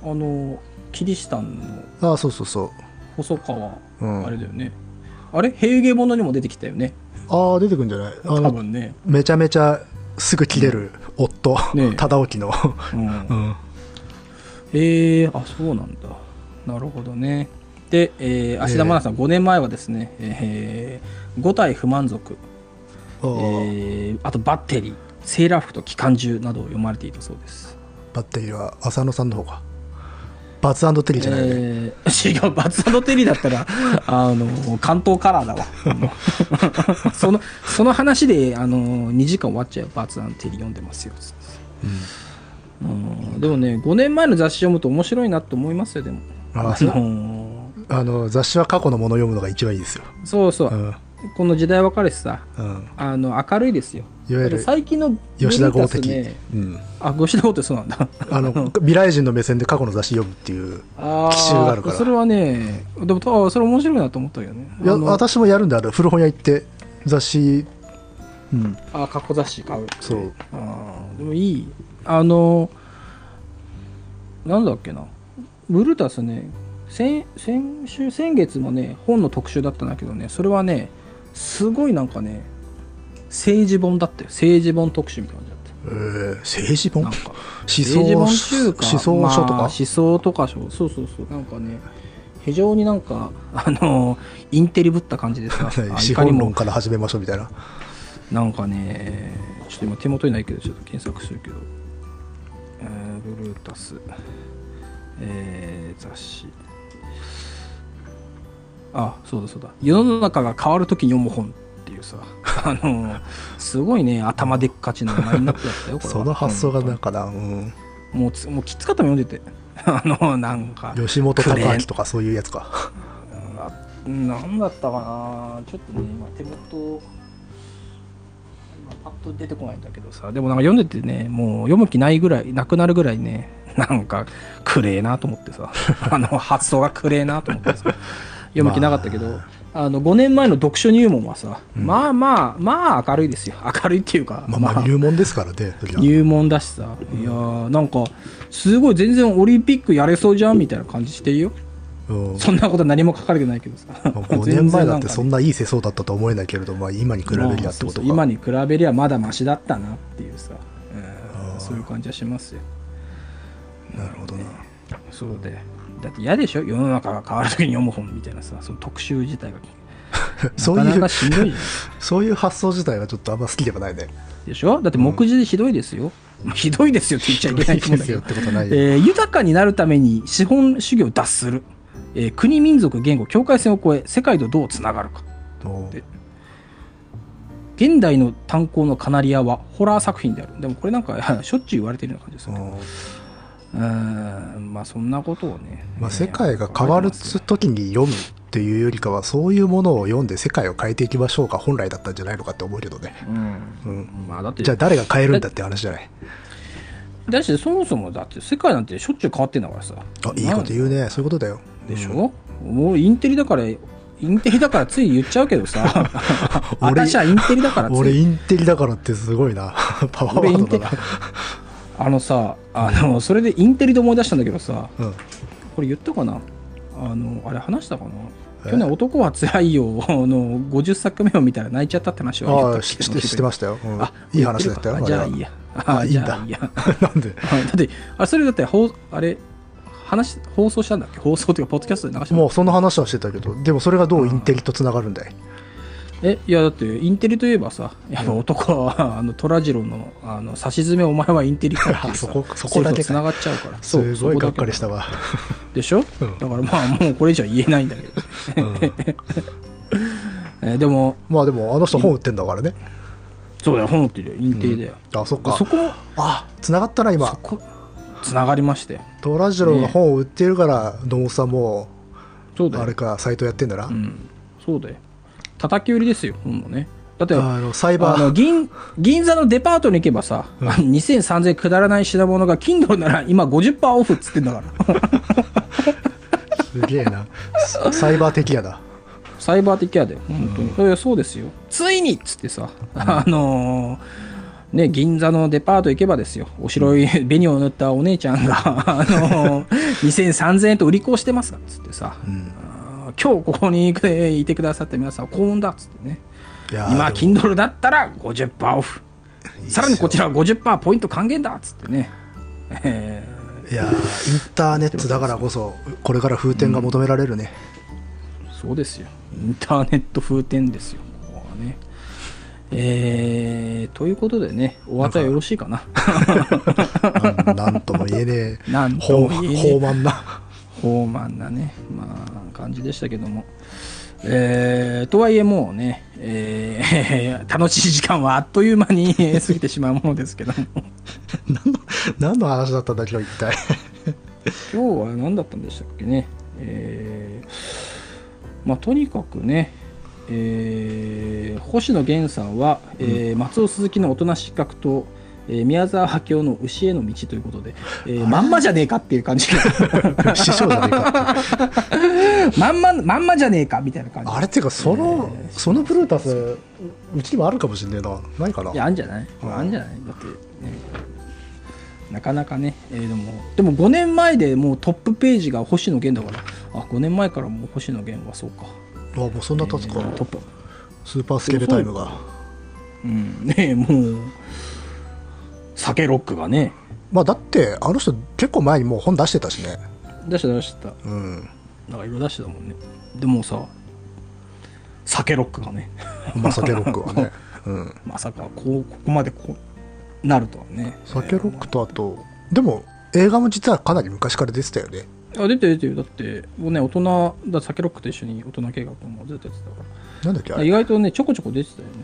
S1: あのキリシタンの
S2: ああそうそうそう
S1: 細川、
S2: うん
S1: あれだよねあれ平家物にも出てきたよね
S2: ああ出てくるんじゃないあ
S1: 多
S2: の
S1: 分ね、
S2: めちゃめちゃすぐ切れる夫、
S1: ねえ
S2: 忠興の、
S1: うん
S2: うん、
S1: えー、あそうなんだなるほどねで、えー、芦田愛菜さん5年前はですね、えー、5体不満足、
S2: お
S1: え
S2: ー
S1: ーあとバッテリーセーラー服と機関銃などを読まれていたそうです
S2: バッテリーは浅野さんの方かバツテリーじゃないよね、
S1: えー違う、バツのテリーだった ら、あの、関東カラーだわ。 その、その話で、あの、2時間終わっちゃうよ。バツのテリー読んでますよ。うんでもね、5年前の雑誌読むと面白いなと思いますよ、でも。
S2: あ
S1: あ
S2: そう
S1: の
S2: あの雑誌は過去のものを読むのが一番いいですよ、
S1: そうそう
S2: う、ん
S1: この時代別れしさ、
S2: うん、
S1: あの、明るいですよ。
S2: いわゆる
S1: 最近の
S2: 吉田豪
S1: ブルータス
S2: 的、
S1: ね
S2: うん、
S1: あ、吉田豪ってそうなんだ。
S2: あの未来人の目線で過去の雑誌読むっていう
S1: あ
S2: 奇襲があるから
S1: それはね、でも、あそれ面白いなと思ったけどね。
S2: いや
S1: あの
S2: 私もやるんだあれ古本屋行って雑誌うん
S1: あ過去雑誌買う
S2: そう
S1: あーでもいいあのなんだっけなブルータスね先先週先月もね本の特集だったんだけどねそれはねすごいなんかね政治本だったよ政治本特集みたいな感じだった
S2: えー政治本
S1: なん
S2: 思
S1: か
S2: 想
S1: 政治本中か
S2: 思想書と
S1: まあ
S2: か、
S1: 思想とか書そうそうそうそうなんかね非常になんか、あのインテリぶった感じですが
S2: はい、資
S1: かに
S2: 本論
S1: も
S2: から始めましょうみたいな。
S1: なんかねちょっと今手元にないけどちょっと検索するけど、えーブルータス、えー雑誌あそうだそうだ世の中が変わるときに読む本っていうさ あのすごいね頭でっかちなラインナップだったよこれは
S2: その発想が
S1: 本当
S2: な
S1: に
S2: んかな、うん、
S1: もうつもうきつかったもん読んでて あのなんか
S2: 吉本
S1: クレ
S2: 隆
S1: ー
S2: 明
S1: ン
S2: とかそういうやつか。
S1: あなんだったかなちょっとね今手元今パッと出てこないんだけどさでもなんか読んでてねもう読む気ないぐらいなくなるぐらいね なんかくれえなと思ってさ あの発想がくれえなと思ってさ読む気なかったけど、あ、の5年前の読書入門はさ、まあまあまあ明るいですよ明るいっていうか
S2: まあ、まあ入門ですからね。
S1: 入門だしさいやーなんかすごい全然オリンピックやれそうじゃんみたいな感じしてるよ
S2: うん
S1: そんなこと何も書かれてないけどさ。
S2: 5年前だってそん
S1: な
S2: ないい世相だったとは思えないけれど、まあ、今に比べりゃってことか。
S1: そうそう今に比べりゃまだマシだったなっていうさ、うんそういう感じはしますよ。
S2: なるほ どな。
S1: そうで。だって嫌でしょ世の中が変わるときに読む本みたいなさ、その特集自体が。
S2: そう
S1: なか
S2: い
S1: な
S2: う
S1: かしんどいじゃん
S2: そういう発想自体はちょっとあんま好きで はないね。
S1: でしょだって目次でひどいですよ。ひどいですよって言っちゃいけないと思うんだけど
S2: ひどいですよってことはないよ
S1: えー豊かになるために資本主義を脱する。えー国、民族、言語、境界線を越え、世界とどうつながるか。
S2: おう
S1: で現代の炭鉱のカナリアはホラー作品であるでもこれなんか しょっちゅう言われてるような感じです
S2: お
S1: る
S2: う
S1: うーんまあそんなことをね、
S2: まあ、
S1: えー
S2: 世界が変わ
S1: 書
S2: る
S1: いてますよ
S2: 時に読むっていうよりかはそういうものを読んで世界を変えていきましょうが本来だったんじゃないのかって思うけどね、
S1: うん
S2: うん、
S1: まあだって
S2: じゃあ誰が変えるんだって話じゃない
S1: だしそもそもだって世界なんてしょっちゅう変わってんだからさ
S2: あいいこと言うねそういうことだよ
S1: でしょ、もうインテリだからインテリだからつい言っちゃうけどさ
S2: 俺
S1: 私はインテリだからつい
S2: 俺インテリだからってすごいな パワーワ
S1: 俺イ
S2: ー
S1: ン
S2: ド
S1: テ
S2: だ
S1: リ
S2: な、
S1: あのさあのそれでインテリで思い出したんだけどさ
S2: うん、
S1: これ言ったかなあのあれ話したかな
S2: え
S1: 去年「男はつらいよ」の50作目を見たら泣いちゃったって話は
S2: ああし知って知ってましたよ、うん
S1: あ
S2: いい話だったよ
S1: あじゃあ
S2: れはい
S1: いや
S2: あいいんだ
S1: じゃ あいいや
S2: なんで
S1: だってあそれだってほうあれ話放送したんだっけ放送というかポッドキャストで流した
S2: もうその話はしてたけどでもそれがどうインテリとつながるんだい
S1: えいやだってインテリといえばさやっぱ男はあの虎次郎のあの差し詰めお前はインテリかっていう
S2: そ
S1: さ
S2: こそこだけか
S1: つながっちゃうから
S2: すごいがっかり
S1: し
S2: したわ
S1: でしょ、
S2: うん
S1: だからまあもうこれ以上は言えないんだけど、
S2: うん
S1: えでも
S2: まあでもあの人本売ってんだからね
S1: そうだよ本ってるよインテリだよ、
S2: あそっか
S1: そこも
S2: あ繋がったな今
S1: そこつながりまして
S2: トラジロが本を売ってるから野茂さんも
S1: そうだよ
S2: あれかサイトやってんだな、
S1: うん、そうだよ叩き売りですよ本もねだって
S2: あのサイバ
S1: あの
S2: ー
S1: 銀銀座のデパートに行けばさ、2000、3000くだらない品物が Kindle なら今50%オフっつってんだから、
S2: すげえ なササイバー的やだ
S1: サイバー的やで、本当に、いやそうですよ、ついにっつってさ、 あのーね、銀座のデパート行けばですよ、お白い紅を塗ったお姉ちゃんが、 あのー2000、3000円と売り子をしてますっつってさ、あー今日ここにいていてくださった皆さん、幸運だっつってね。
S2: いやー
S1: 今、
S2: でも
S1: Kindle だったら50%オフ。
S2: いいっす
S1: さ
S2: よ
S1: らにこちらは50%ポイント還元だっつってね。え
S2: いやーインターネットだからこそこれから風天が求められ るね、
S1: ーそうですよ。インターネット風天ですよ。ここはね。えー、ということでね、お渡りよろしいかな。
S2: なんなんとも言えねえ
S1: なんと
S2: 放
S1: も言えねえ
S2: 放慢な
S1: 豊満なね、まあ、感じでしたけども。えー、とはいえもうね、えー 楽しい時間はあっという間にえー過ぎてしまうものですけども。
S2: 何の話だったんだ今日一体
S1: 今日は何だったんでしたっけね、えーまあ、とにかくね、えー星野源さんは、えー松尾鈴木の大人失格と、えー宮沢波京の牛への道ということで、えーまんまじゃねえかっていう感じ が
S2: 師匠じゃ ねえか
S1: まんままんまじゃねえかみたいな感じ
S2: あれっていうかその、そのブルータスうちにもあるかもしんねえなないかない
S1: やあんじゃない、
S2: うん
S1: あんじゃないだって、ね、なかなかね、えーでもでも5年前でもうトップページが星野源だからあ5年前からもう星野源はそうか、
S2: あもうそんな経つか、
S1: えートップ
S2: スーパースケベタイムが
S1: うん、ねえもう酒ロックがね
S2: まあだってあの人結構前にもう本出してたしね
S1: 出した出した
S2: うん
S1: なんか色出してたもんねでもさ酒ロックがね
S2: まあ、酒ロックはね。うん。
S1: まさかこうここまでこうなるとはね
S2: 酒ロックとあと、でも、映画も実はかなり昔から出てたよね。
S1: あ出てる出てるだってもうね大人だ酒ロックと一緒に大人計画もずっとやってたか
S2: なんだっけ、あ
S1: ら
S2: れ
S1: 意外とねちょこちょこ出てたよね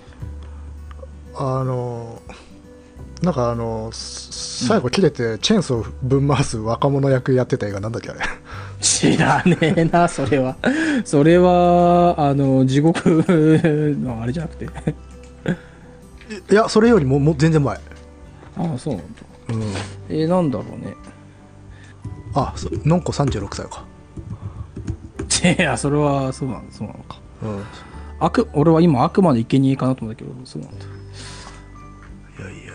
S2: あのーなんかあのーす最後切れてチェーンソーぶん回す若者役やってた映画なんだっけあれ
S1: 知らねえなそれは それはあの地獄のあれじゃなくて
S2: いやそれよりももう全然前
S1: ああそうなんだ
S2: うん
S1: えー、なんだろうね
S2: あそのんこ36歳か
S1: いやそれはそうなのそうなのか
S2: うんい
S1: 悪俺は今悪魔の生贄かなと思うんだけどそうなんだ
S2: やいやいや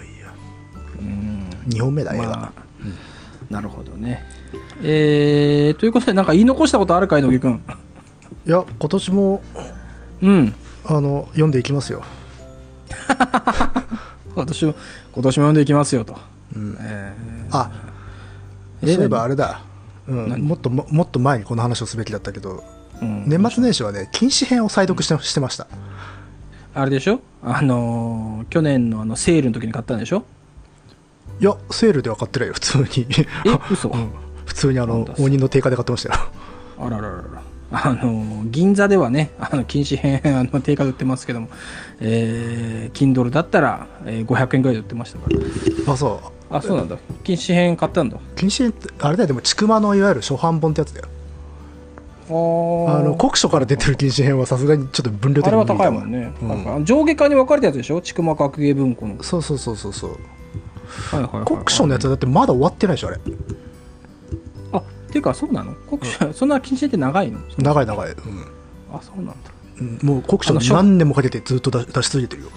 S1: うん
S2: 2本目だ映画、
S1: まあ、なるほどねえー、ということでなんか言い残したことあるかい野木君
S2: いや今年も
S1: うん
S2: あの読んでいきますよ
S1: 今年も今年も読んでいきますよと、
S2: うん
S1: え
S2: あ
S1: え
S2: そういえばあれだ、う
S1: 何
S2: ん、もっとももっと前にこの話をすべきだったけど
S1: ーうん
S2: 年末年始はね禁止編を再読してしてました
S1: あれでしょあのー去年のあのセールの時に買ったんでしょ
S2: いやセールでは買ってないよ普通に
S1: え嘘、
S2: うん 普通にあ
S1: なん
S2: の
S1: だ
S2: 応仁の定価で買ってましたよ
S1: あらららら。あの、銀座ではね、あの、禁止編、あの、定価で売ってますけども、えー、Kindle だったら、えー、500円ぐらいで売ってましたから。
S2: あそう
S1: あ、そうなんだ。禁止編買ったんだ。あ
S2: 禁止ってあれだよでもちくまのいわゆる初版本ってやつだよ
S1: あの
S2: あの国書から出てる禁止編はさすがにちょっと分量
S1: あ
S2: 的
S1: れ
S2: に
S1: は
S2: 無理
S1: 高い
S2: だ
S1: もんね。
S2: うん
S1: なんか上下巻に分かれたやつでしょちくま学芸文庫の。
S2: そうそうそうそうそう
S1: はいはいはいはい
S2: 国書のやつはだってまだ終わってないでしょあれ
S1: あ、っていうか、そうなの国書、そんな禁止編って長いの
S2: 長い長い、うん
S1: あ、そうなんだ。
S2: うんもう国書
S1: あの
S2: に
S1: 書
S2: 何年もかけてずっと出し出し続けてるよ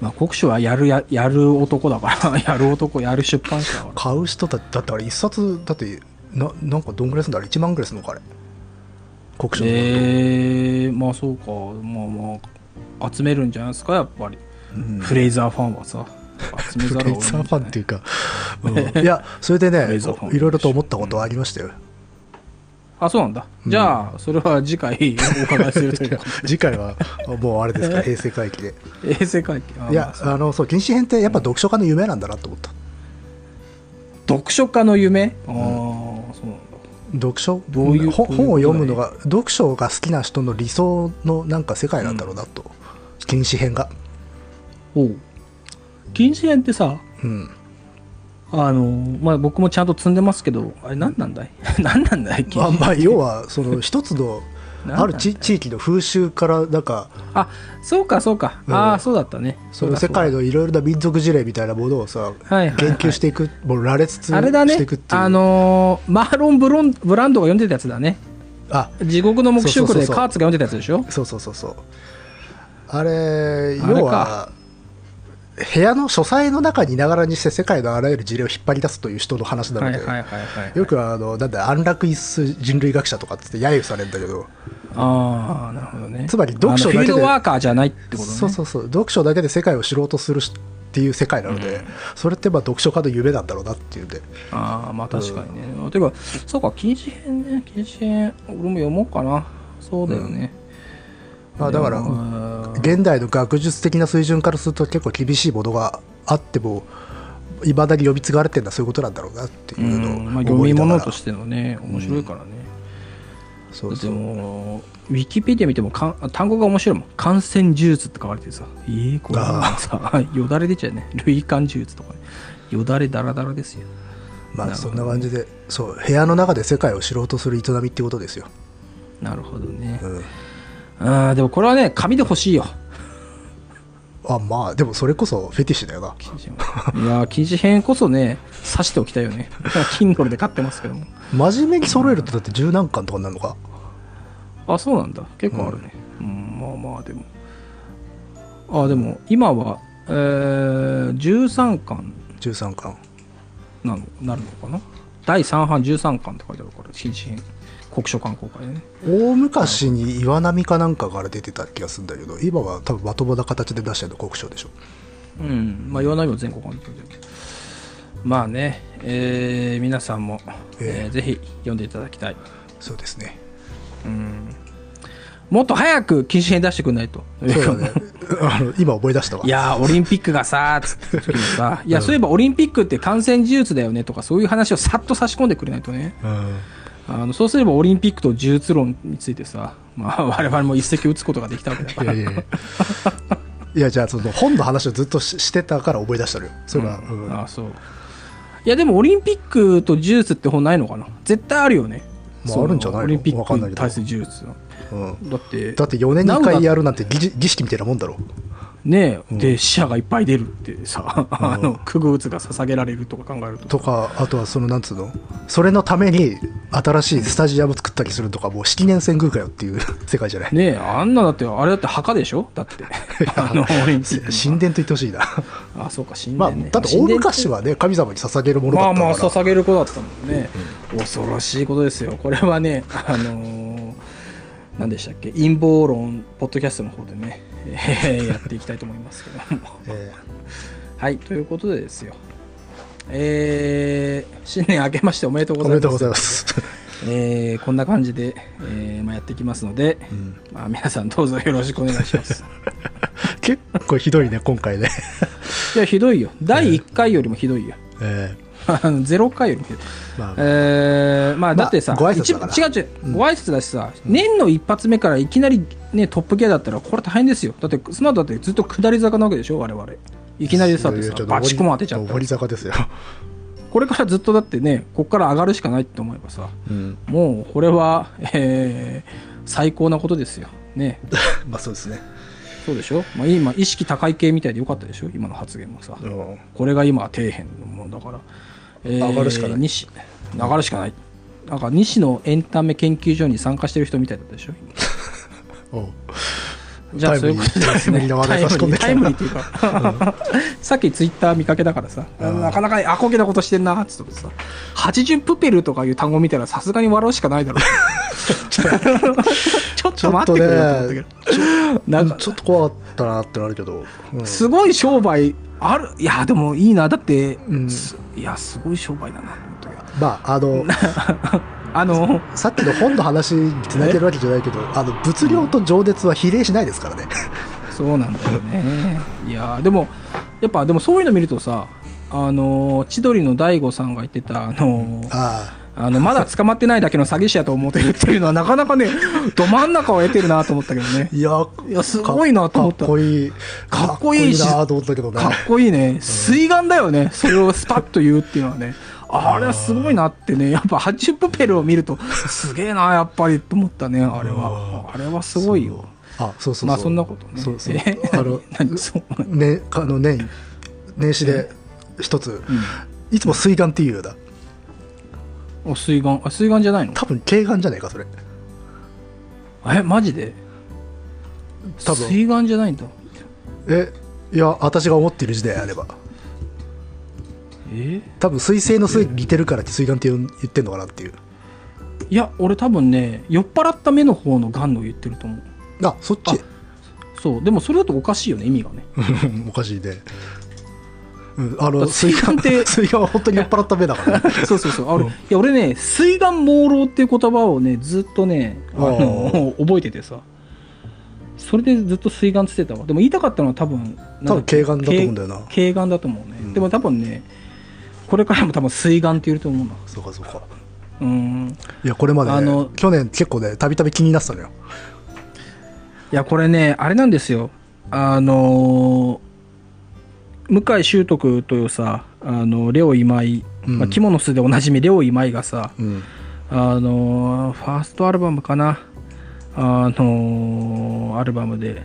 S1: まあ、国書はやるや、やる男だから、 やる男、やる出版社だから。
S2: 買う人だだってあれ一冊だってななんかどんぐらいすんだあれ1万ぐらいすんのかあれ国書の
S1: えー、まあそうかまあまあ集めるんじゃないですかやっぱり、
S2: うん
S1: フレイザーファンはさ集め
S2: フ
S1: ざ
S2: レ
S1: る
S2: イ
S1: を得
S2: ザ
S1: な
S2: ー
S1: い
S2: ファンっていうか、うんいやそれで
S1: フレ
S2: ね
S1: イザーファン
S2: いろいろと思ったことはありましたよ
S1: あそうなんだ、じゃあそれは次回お伺いすると いうか
S2: 次回はもうあれですから平成回帰で
S1: 衛生会 計あ
S2: いや
S1: まあ
S2: あのそう禁止編ってやっぱ読書家の夢なんだなと思った、
S1: 読書家の夢、ああそうなんだ
S2: 読書
S1: どういう
S2: 本
S1: どういう
S2: 本を読むのが読書が好きな人の理想のなんか世界なんだろうなと、禁止編が
S1: おう禁止園ってさ
S2: うん
S1: あのまあ僕もちゃんと積んでますけどあれ何なんだい 何なんだい禁
S2: まあ
S1: 止
S2: まあ要は その一つの
S1: なん
S2: ある地地域の風習からなんか
S1: あそうかそうか、
S2: うん
S1: ああそうだったね
S2: そうの
S1: だ
S2: 世
S1: うだ
S2: 界のいろいろな民族事例みたいなものをさ、
S1: はいはい
S2: 言及していくもう羅列つ
S1: あれだ
S2: して
S1: ね
S2: いくっていう
S1: あのーマーロンブロン・ブランドが読んでたやつだね
S2: あ
S1: 地獄の黙示録で
S2: そうそうそうそう
S1: カーツが読んでたやつでしょ
S2: そうそうそうそうあ
S1: あ
S2: れ
S1: れか
S2: 要は部屋の書斎の中にいながらにして世界のあらゆる事例を引っ張り出すという人の話な
S1: は
S2: の
S1: い
S2: で、
S1: はいはいはい
S2: よくあのなんだ安楽椅子人類学者とかっつって揶揄されるんだけど
S1: ああなるほどね
S2: つまり読書
S1: あの
S2: だけで
S1: フィールドワーカーじゃないってことね
S2: そうそうそう読書だけで世界を知ろうとするしっていう世界なので、それってまあ読書家の夢なんだろうなっていうんで
S1: ああまあ確かにね、ていうかそうか禁止編ね禁止編俺も読もうかなそうだよね、
S2: まあだから
S1: でもうん
S2: 現代の学術的な水準からすると結構厳しいものがあってもいまだに呼び継がれてるのはそういうことなんだろうなっていうのを
S1: うんまあ、読
S2: 思い
S1: み
S2: なが
S1: 物
S2: ら
S1: としてのね面白いからね、
S2: そう
S1: で
S2: そう
S1: もウィキペディア見てもかん単語が面白いもん感染呪術って書かれてさえー、これ
S2: あ
S1: さ よだれ出ちゃうね類間呪術とかねよだれだらだらですよ
S2: ま
S1: な
S2: あ
S1: るほ
S2: そ
S1: ど
S2: んな感じでそう部屋の中で世界を知ろうとする営みっていうことですよ、
S1: なるほどね
S2: うん、
S1: あーでもこれはね紙で欲しいよ
S2: あまあでもそれこそフェティッシュだよな
S1: 禁止 編いやー禁止編こそね刺しておきたいよね Kindle で買ってますけども
S2: 真面目に揃えるとだって十何巻とかになるのか
S1: あそうなんだ結構あるね、うんまあまあでもあでも今は、えー、13巻
S2: 13巻
S1: なのなるのかな第3版13巻って書いてあるから新進国書館公開でね
S2: 大昔に岩波かなんかから出てた気がするんだけど今は多分まともな形で出してるの国書でしょ
S1: うんまあ岩波も全国版って書いてあるまあね、えー皆さんも、えーぜひ読んでいただきたい
S2: そうですね。
S1: うんもっと早く禁止編出してくんないと。
S2: そうだね。 あの今思い出した わ。
S1: いやー、オリンピックがさー、つって時にさ、いや、 そういえばオリンピックって感染事実だよねとか、そういう話をさっと差し込んでくれないとね。
S2: うん。
S1: あのそうすればオリンピックと呪術論についてさ、まあ、我 々も一石打つことができたわけだか
S2: いや
S1: ら。
S2: い やいや。いやじゃあその本の話をずっとししてたから思い出したのよ。それは、うん
S1: ああそういやでもオリンピックと呪術って本ないのかな絶対あるよね
S2: まあ
S1: その
S2: あるんじゃないの
S1: オリンピ
S2: わかん
S1: ッ
S2: ない
S1: ク
S2: け
S1: に
S2: ど
S1: 対する呪術の
S2: うん
S1: だって
S2: だって4年に1回やるなんて儀儀式みたいなもんだろ。
S1: ねえ、で死者がいっぱい出るってさ、 あのクグウツが捧げられるとか考えると
S2: とかあとはそのなんつうのそれのために新しいスタジアム作ったりするとかもう式年遷宮かよっていう世界じゃない。
S1: ねえあんなだってあれだって墓でしょだ ってあのオリンピックの
S2: 神殿と言ってほしいな。
S1: あそうか神
S2: ま
S1: 殿
S2: あ、
S1: ね、
S2: だって大昔はね、神様に捧げるものだ
S1: ま
S2: った
S1: あ
S2: から。
S1: まあ捧げる子だったもんね、恐ろしいことですよこれはね あのー何でしたっけ陰謀論ポッドキャストの方でね、 えーやっていきたいと思いますけども
S2: え
S1: はいということでですよえー新年明けましておめでとう
S2: え
S1: ござ
S2: お
S1: い
S2: め
S1: ま
S2: ですとうございます。
S1: えーこんな感じで、えーまあ、やっていきますので、
S2: ん
S1: まあ、皆さんどうぞよろしくお願いします
S2: 結構ひどいね、今回ね。
S1: いやひどいよ第1回よりもひどいよ、
S2: え
S1: あ の0回よりもひどい
S2: えまあ、
S1: えーまあだってさ、
S2: ご挨拶
S1: 一
S2: だから
S1: 違う違う、ご挨拶だしさ、年の一発目からいきなり、ね、トップギアだったら、これ大変ですよ、だって、その後だってずっと下り坂なわけでしょ、我々いきなりさ、
S2: い
S1: だ
S2: や
S1: って
S2: いやちょ
S1: さバ
S2: っと上り
S1: チコン当てちゃった
S2: 上
S1: ら
S2: り坂ですよ。
S1: これからずっとだってね、ここから上がるしかないって思えばさ、
S2: うん。
S1: もうこれは、えー最高なことですよ、ね、
S2: まあそうですね。
S1: そうでしょ、まあ、今、意識高い系みたいでよかったでしょ、今の発言もさ。
S2: うん。
S1: これが今底辺のものだから、えー
S2: 上がるしかない
S1: 西上がるしかないなんか西野エンタメ研究所に参加してる人みたいだったでしょ
S2: おう
S1: じゃあ
S2: タ
S1: そ
S2: イ
S1: う
S2: ム
S1: いう
S2: リ
S1: こ
S2: ー
S1: とですね
S2: タイムリーな話題差し込んできた
S1: タイムリータイムリーっていうか、 さっきツイッター見かけたからさ、
S2: ん
S1: なかなかアコゲなことしてんなっつってさ80プペルとかいう単語見たらさすがに笑うしかないだろう ちょっと待ってくれよと思ったけどなんか
S2: ちょっと怖かったなってなるけど。うん
S1: すごい商売あるいやでもいいなだって、
S2: うん
S1: すいやすごい商売だなと思ったけど
S2: まあ、あ の、
S1: あの
S2: さっきの本の話につなげてるわけじゃないけど、あの、物量と情熱は比例しないですからね。
S1: そうなんだよね。 いやーでもやっぱでもそういうの見るとさあのー千鳥の大悟さんが言ってたあのー
S2: ああ。
S1: あのまだ捕まってないだけの詐欺師やと思ってるっていうのはなかなか ねど真ん中を得てるなと思ったけどね
S2: いや、
S1: いやすごいなと思った
S2: かっこいい。
S1: かっこいいし
S2: かっなと思ったけどね
S1: かっ。こいいね水眼だよねそれをスパッと言うっていうのはねあれはすごいなってねやっぱハチュプペルを見るとすげえなやっぱりと思ったねあれはあれはすごいよ
S2: あ、そうそうそう。
S1: まあそんなことね
S2: そうそう。
S1: え
S2: あの、
S1: 何そう
S2: ね、 あの年、年始で一つ、いつも水眼っていうようだ。
S1: お水眼あ水眼じゃないの
S2: 多分、軽眼じゃないか、それ。
S1: えマジで
S2: 多分
S1: 水眼じゃないんだ
S2: え、いや、私が思っている時代あれば。
S1: え
S2: 多分、水星の水に似てるからって水眼って言う言ってんのかなっていう。
S1: いや俺多分ね酔っ払った目の方のがんの言ってると思う
S2: あ、そっち。
S1: そうでもそれだとおかしいよね意味がね
S2: おかしいね。うん、あ
S1: だ
S2: の、
S1: って水
S2: 水
S1: 眼
S2: 眼
S1: っ
S2: ってて、 水眼は本当に酔っ払った目だからね。
S1: そうそうそうあれ、いや俺ね水眼朦朧っていう言葉をねずっとねあの 覚えててさそれでずっと水眼つってたわでも言いたかったのは多分
S2: 多分軽眼だと思うんだよな
S1: 軽軽眼だと思うね、でも多分ねこれからも多分水眼って言うと思うな
S2: そうか、そうか。
S1: うん
S2: いや、これまで、ね、
S1: あの
S2: 去年結構ね、たびたび気になってたのよ。
S1: いやこれねあれなんですよあのー向井秀徳というさあのレオ今井、
S2: うん
S1: まあ、肝の巣でおなじみレオ今井がさ、
S2: うん。
S1: あのーファーストアルバムかなあのーアルバムで、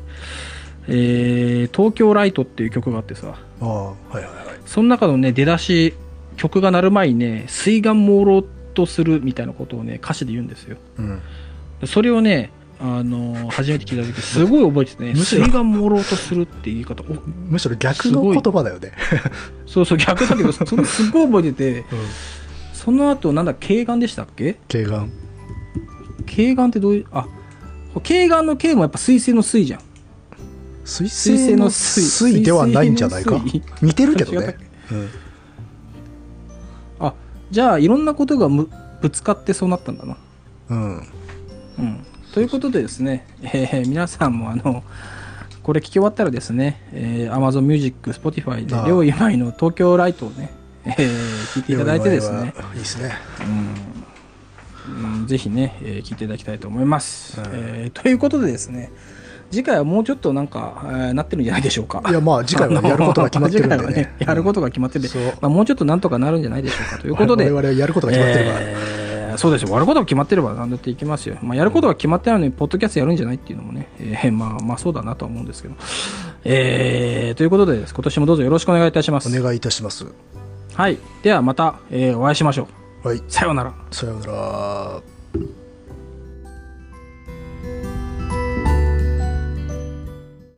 S1: えー東京ライト」っていう曲があってさ
S2: ああ、はいはいはい。
S1: その中のね出だし曲が鳴る前にね水眼朦朧とするみたいなことをね歌詞で言うんですよ
S2: うん。
S1: それをね、あのー初めて聞いた時すごい覚えててね
S2: むし
S1: 水
S2: ろ
S1: が朦朧とするっていう言い方お
S2: むしろ逆の言葉だよね。
S1: そうそう逆だけ どそれすごい覚えててその後なんだ軽眼でしたっけ
S2: 軽眼。
S1: 軽眼ってどういうあ軽眼の軽もやっぱ水星の水じゃん
S2: 水
S1: 星
S2: 星の
S1: の水
S2: 水ではないんじゃないか
S1: 水星の。
S2: 似てるけど
S1: 違ったっ
S2: ね。うん
S1: あじゃあいろんなことがむぶつかってそうなったんだな
S2: うん。
S1: うん、ということでですね、えー皆さんもあのこれ聞き終わったらですね、えー、Amazon Music、Spotify
S2: ああ
S1: で両今井の東京ライトをね、えー聞いていただいてですね、
S2: いいですね。
S1: うん、ぜひね、えー聞いていただきたいと思います、
S2: うん
S1: えーということでですね、次回はもうちょっとなんか、えーなってるんじゃないでしょうか。
S2: いやまあ次 回はねやることが決まってるんでね
S1: 次回はやることが決まってるんで、
S2: そう
S1: まあ、もうちょっとなんとかなるんじゃないでしょうかということで。
S2: 我々はやることが決まってるから。
S1: えーそうですよ、やることが決まってれば何だっていきますよ、まあ、やることが決まってないのに、ポッドキャストやるんじゃないっていうのもね、えーまあ、まあそうだなとは思うんですけど。えーということでです、今年もどうぞよろしくお願いいたします。
S2: お願いいたします。
S1: はい、ではまた、えーお会いしましょう。
S2: はい。
S1: さようなら。
S2: さようなら。